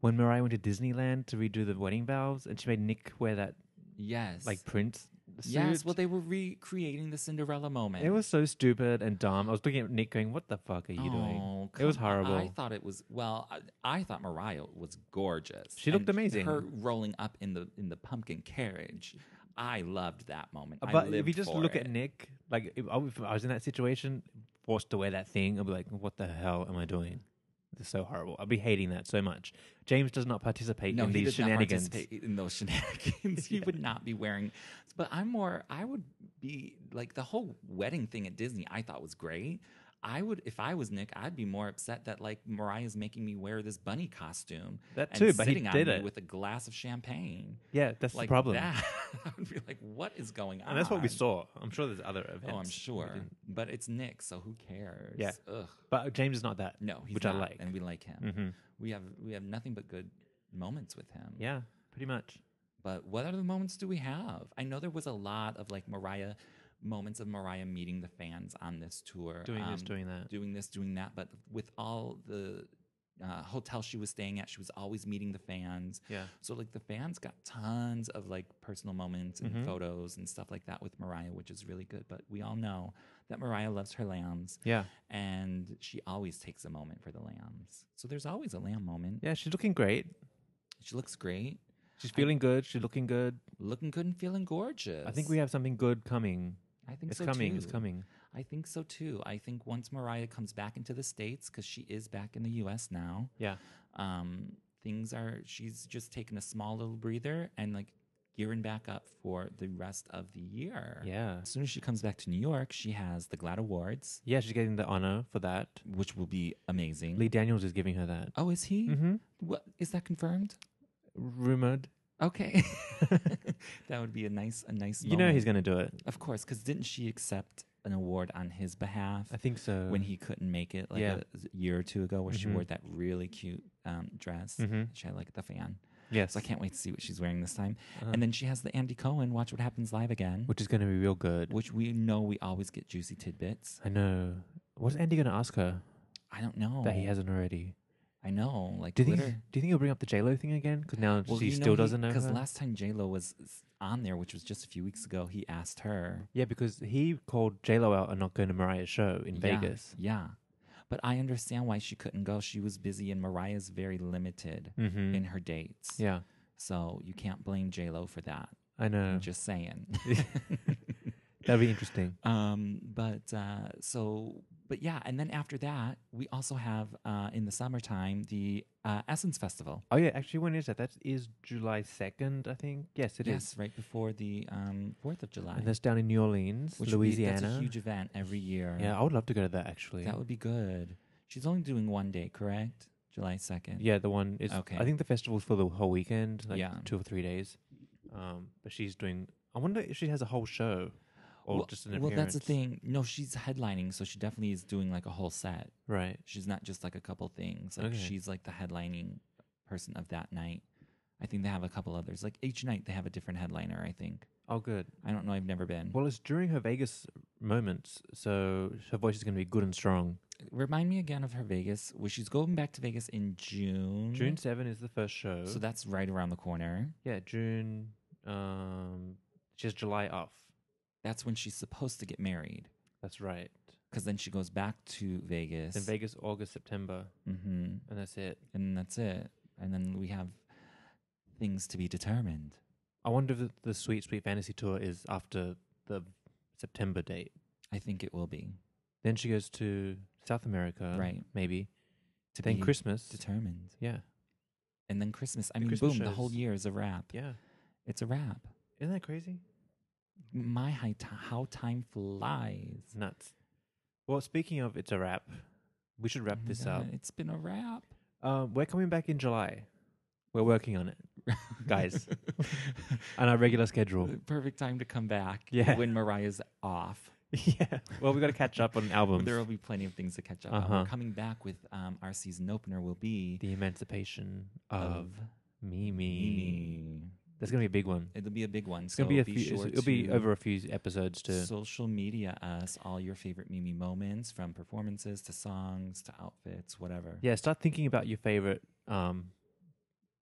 S2: when Mariah went to Disneyland to redo the wedding vows, and she made Nick wear that
S1: Yes,
S2: like Prince suit.
S1: Yes, well, they were recreating the Cinderella moment.
S2: it was so stupid and dumb. I was looking at Nick going, "What the fuck are you
S1: Oh,
S2: doing?" It
S1: come
S2: was
S1: on.
S2: horrible.
S1: I thought it was well. I, I thought Mariah was gorgeous.
S2: She looked
S1: And
S2: amazing.
S1: Her rolling up in the in the pumpkin carriage. I loved that moment. I
S2: but if
S1: lived
S2: you just
S1: for
S2: look
S1: it.
S2: at Nick, like if I, if I was in that situation, forced to wear that thing, I'd be like, "What the hell am I doing?" It's so horrible. I'd be hating that so much. James does not participate
S1: no,
S2: in
S1: he
S2: these
S1: did not
S2: shenanigans.
S1: participate in those shenanigans. He would not be wearing. But I'm more. I would be like the whole wedding thing at Disney. I thought was great. I would, if I was Nick, I'd be more upset that like Mariah's making me wear this bunny costume.
S2: That
S1: and
S2: too, but he
S1: sitting on
S2: did
S1: me
S2: it.
S1: with a glass of champagne.
S2: Yeah, that's
S1: like
S2: the problem,
S1: That. I'd be like, what is going on?
S2: and that's what we saw. I'm sure there's other events.
S1: Oh, I'm
S2: we
S1: sure,
S2: didn't-
S1: but it's Nick, so who cares?
S2: Yeah.
S1: Ugh.
S2: But James is not that.
S1: No, he's
S2: which
S1: not,
S2: I like. Mm-hmm.
S1: and we like him. We have we have nothing but good moments with him.
S2: yeah, pretty much.
S1: But what other moments do we have? I know there was a lot of like Mariah moments of Mariah meeting the fans on this tour, um,
S2: Doing this, doing that.
S1: doing this, doing that. But with all the uh, hotel she was staying at, she was always meeting the fans.
S2: Yeah.
S1: So like the fans got tons of like personal moments and
S2: Mm-hmm.
S1: photos and stuff like that with Mariah, which is really good. But we all know that Mariah loves her lambs.
S2: Yeah.
S1: And she always takes a moment for the lambs. So there's always a lamb moment.
S2: Yeah, she's looking great.
S1: She looks great,
S2: She's feeling good. She's looking good.
S1: looking good and feeling gorgeous.
S2: I think we have something good coming.
S1: I think
S2: It's
S1: so
S2: coming.
S1: Too.
S2: It's coming.
S1: I think so too. I think once Mariah comes back into the states, because she is back in the U.S. now,
S2: Yeah.
S1: um, things are. She's just taken a small little breather and like gearing back up for the rest of the year.
S2: Yeah.
S1: As soon as she comes back to New York, she has the Glad Awards,
S2: Yeah, she's getting the honor for that.
S1: which will be amazing.
S2: Lee Daniels is giving her that.
S1: oh, is he?
S2: Mm-hmm.
S1: What is that confirmed?
S2: Rumored.
S1: Okay, that would be a nice, a nice.
S2: You know
S1: moment.
S2: he's going to do it.
S1: Of course, because didn't she accept an award on his behalf?
S2: I think so.
S1: when he couldn't make it like
S2: Uh, Yeah.
S1: a year or two ago, where she
S2: Mhm.
S1: wore that really cute um, dress.
S2: Mhm.
S1: She had like the fan.
S2: yes,
S1: So I can't wait to see what she's wearing this time.
S2: Uh-huh.
S1: And then she has the Andy Cohen Watch What Happens Live again, which,
S2: which is going to be real good.
S1: we know we always get juicy tidbits.
S2: I know. What's Andy going to ask her
S1: I don't know.
S2: that he hasn't already?
S1: I know. Like,
S2: Do you think?
S1: glitter.
S2: Do you think he'll bring up the J Lo thing again? Because now she still doesn't know.
S1: Because
S2: her?
S1: last time J-Lo was s- on there, which was just a few weeks ago, he asked her.
S2: yeah, because he called J Lo out and not going to Mariah's show in
S1: Yeah,
S2: Vegas.
S1: Yeah. But I understand why she couldn't go. She was busy, and Mariah's very limited
S2: Mhm.
S1: in her dates.
S2: Yeah,
S1: So you can't blame J Lo for that.
S2: I know.
S1: I'm just saying.
S2: That'd be interesting.
S1: um, but uh, so, but yeah, and then after that, we also have uh, in the summertime the uh, Essence Festival.
S2: Oh yeah, actually, when is that? That is July second, I think. Yes, it is.
S1: yes, right before the um, Fourth of July,
S2: And that's down in New Orleans,
S1: which would be-
S2: Louisiana.
S1: that's a huge event every year.
S2: yeah, I would love to go to that actually.
S1: that would be good. She's only doing one day, correct? July second.
S2: Yeah, the one is.
S1: Okay.
S2: I think the festival's for the whole weekend, like
S1: Yeah.
S2: two or three days. Um, but she's doing. I wonder if she has a whole show, or
S1: Well,
S2: Oh, just an
S1: well,
S2: appearance.
S1: that's the thing. No, she's headlining, so she definitely is doing like a whole set.
S2: right?
S1: She's not just like a couple things. Like
S2: Okay.
S1: she's like the headlining person of that night. I think they have a couple others. Like each night they have a different headliner, I think.
S2: Oh, good.
S1: I don't know, I've never been.
S2: Well, it's during her Vegas moments, so her voice is going to be good and strong.
S1: Remind me again of her Vegas, where she's going back to Vegas in June.
S2: June seven is the first show.
S1: Mm. So that's right around the corner.
S2: yeah, June. Um, she has July off.
S1: That's when she's supposed to get married.
S2: That's right.
S1: Because then she goes back to Vegas.
S2: Then Vegas, August, September,
S1: hmm
S2: and that's it.
S1: And that's it. And then we have things to be determined.
S2: I wonder if the, the Sweet Sweet Fantasy tour is after the September date.
S1: I think it will be.
S2: Then she goes to South America,
S1: Right.
S2: Maybe.
S1: To
S2: then
S1: be
S2: Christmas,
S1: determined.
S2: yeah,
S1: And then Christmas. I
S2: The
S1: mean,
S2: Christmas
S1: boom, the whole
S2: shows.
S1: year is a wrap.
S2: yeah.
S1: It's a wrap.
S2: Isn't that crazy?
S1: My high t- how time flies.
S2: It's nuts. Well, speaking of, it's a wrap. We should wrap
S1: Oh my
S2: this
S1: God,
S2: up.
S1: It's been a wrap.
S2: Um, we're coming back in July. We're working on it, guys, on our regular schedule.
S1: Perfect time to come back.
S2: Yeah.
S1: When Mariah's off.
S2: yeah. Well, we got to catch up on albums.
S1: There will be plenty of things to catch up on. We're
S2: Um, Uh-huh.
S1: coming back with um, our season opener will be
S2: the Emancipation of
S1: of
S2: Mimi.
S1: Mimi.
S2: That's gonna be a big one.
S1: It'll be a big one.
S2: It's gonna be a few. it'll be over a few episodes too.
S1: Social media us all your favorite Mimi moments from performances to songs to outfits, whatever.
S2: yeah. Start thinking about your favorite um,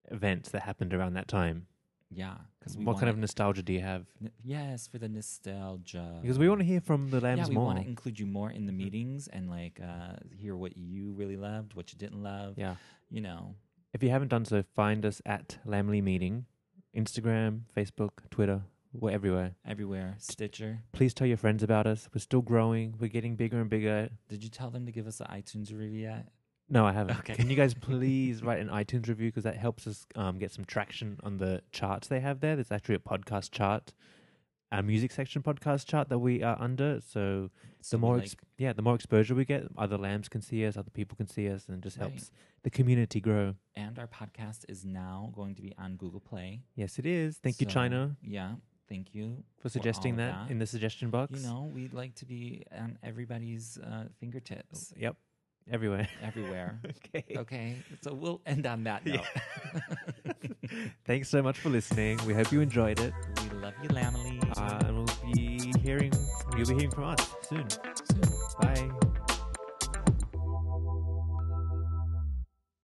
S2: events that happened around that time.
S1: Yeah, because
S2: What kind of nostalgia do you have?
S1: yes for the nostalgia.
S2: Because we want to hear from the
S1: Uh, yeah,
S2: Lambs
S1: we
S2: more.
S1: want to include you more in the meetings and like uh, hear what you really loved, what you didn't love.
S2: yeah.
S1: you know.
S2: If you haven't done so, find us at Lamley Meeting, Instagram, Facebook, Twitter, we're everywhere.
S1: Everywhere, Stitcher.
S2: Please tell your friends about us. We're still growing. We're getting bigger and bigger.
S1: Did you tell them to give us an iTunes review yet?
S2: No, I haven't.
S1: Okay.
S2: Can you guys please write an iTunes review because that helps us um, get some traction on the charts they have there. There's actually a podcast chart, a music section podcast chart that we are under. So
S1: So
S2: the
S1: we,
S2: more,
S1: like,
S2: ex- yeah, the more exposure we get, other lambs can see us, other people can see us, and it just
S1: Right.
S2: helps the community grow.
S1: and our podcast is now going to be on Google Play.
S2: Yes, it is. Thank you,
S1: So,
S2: China,
S1: Yeah, thank you
S2: for
S1: all
S2: suggesting
S1: of
S2: that, in the suggestion box.
S1: You know, we like to be on everybody's uh, fingertips
S2: Yep, everywhere.
S1: everywhere.
S2: okay.
S1: okay, so we'll end on that note.
S2: Thanks so much for listening. We hope you enjoyed it,
S1: we love you, Lamely.
S2: uh, and we'll be hearing. You'll be hearing from us soon. Bye.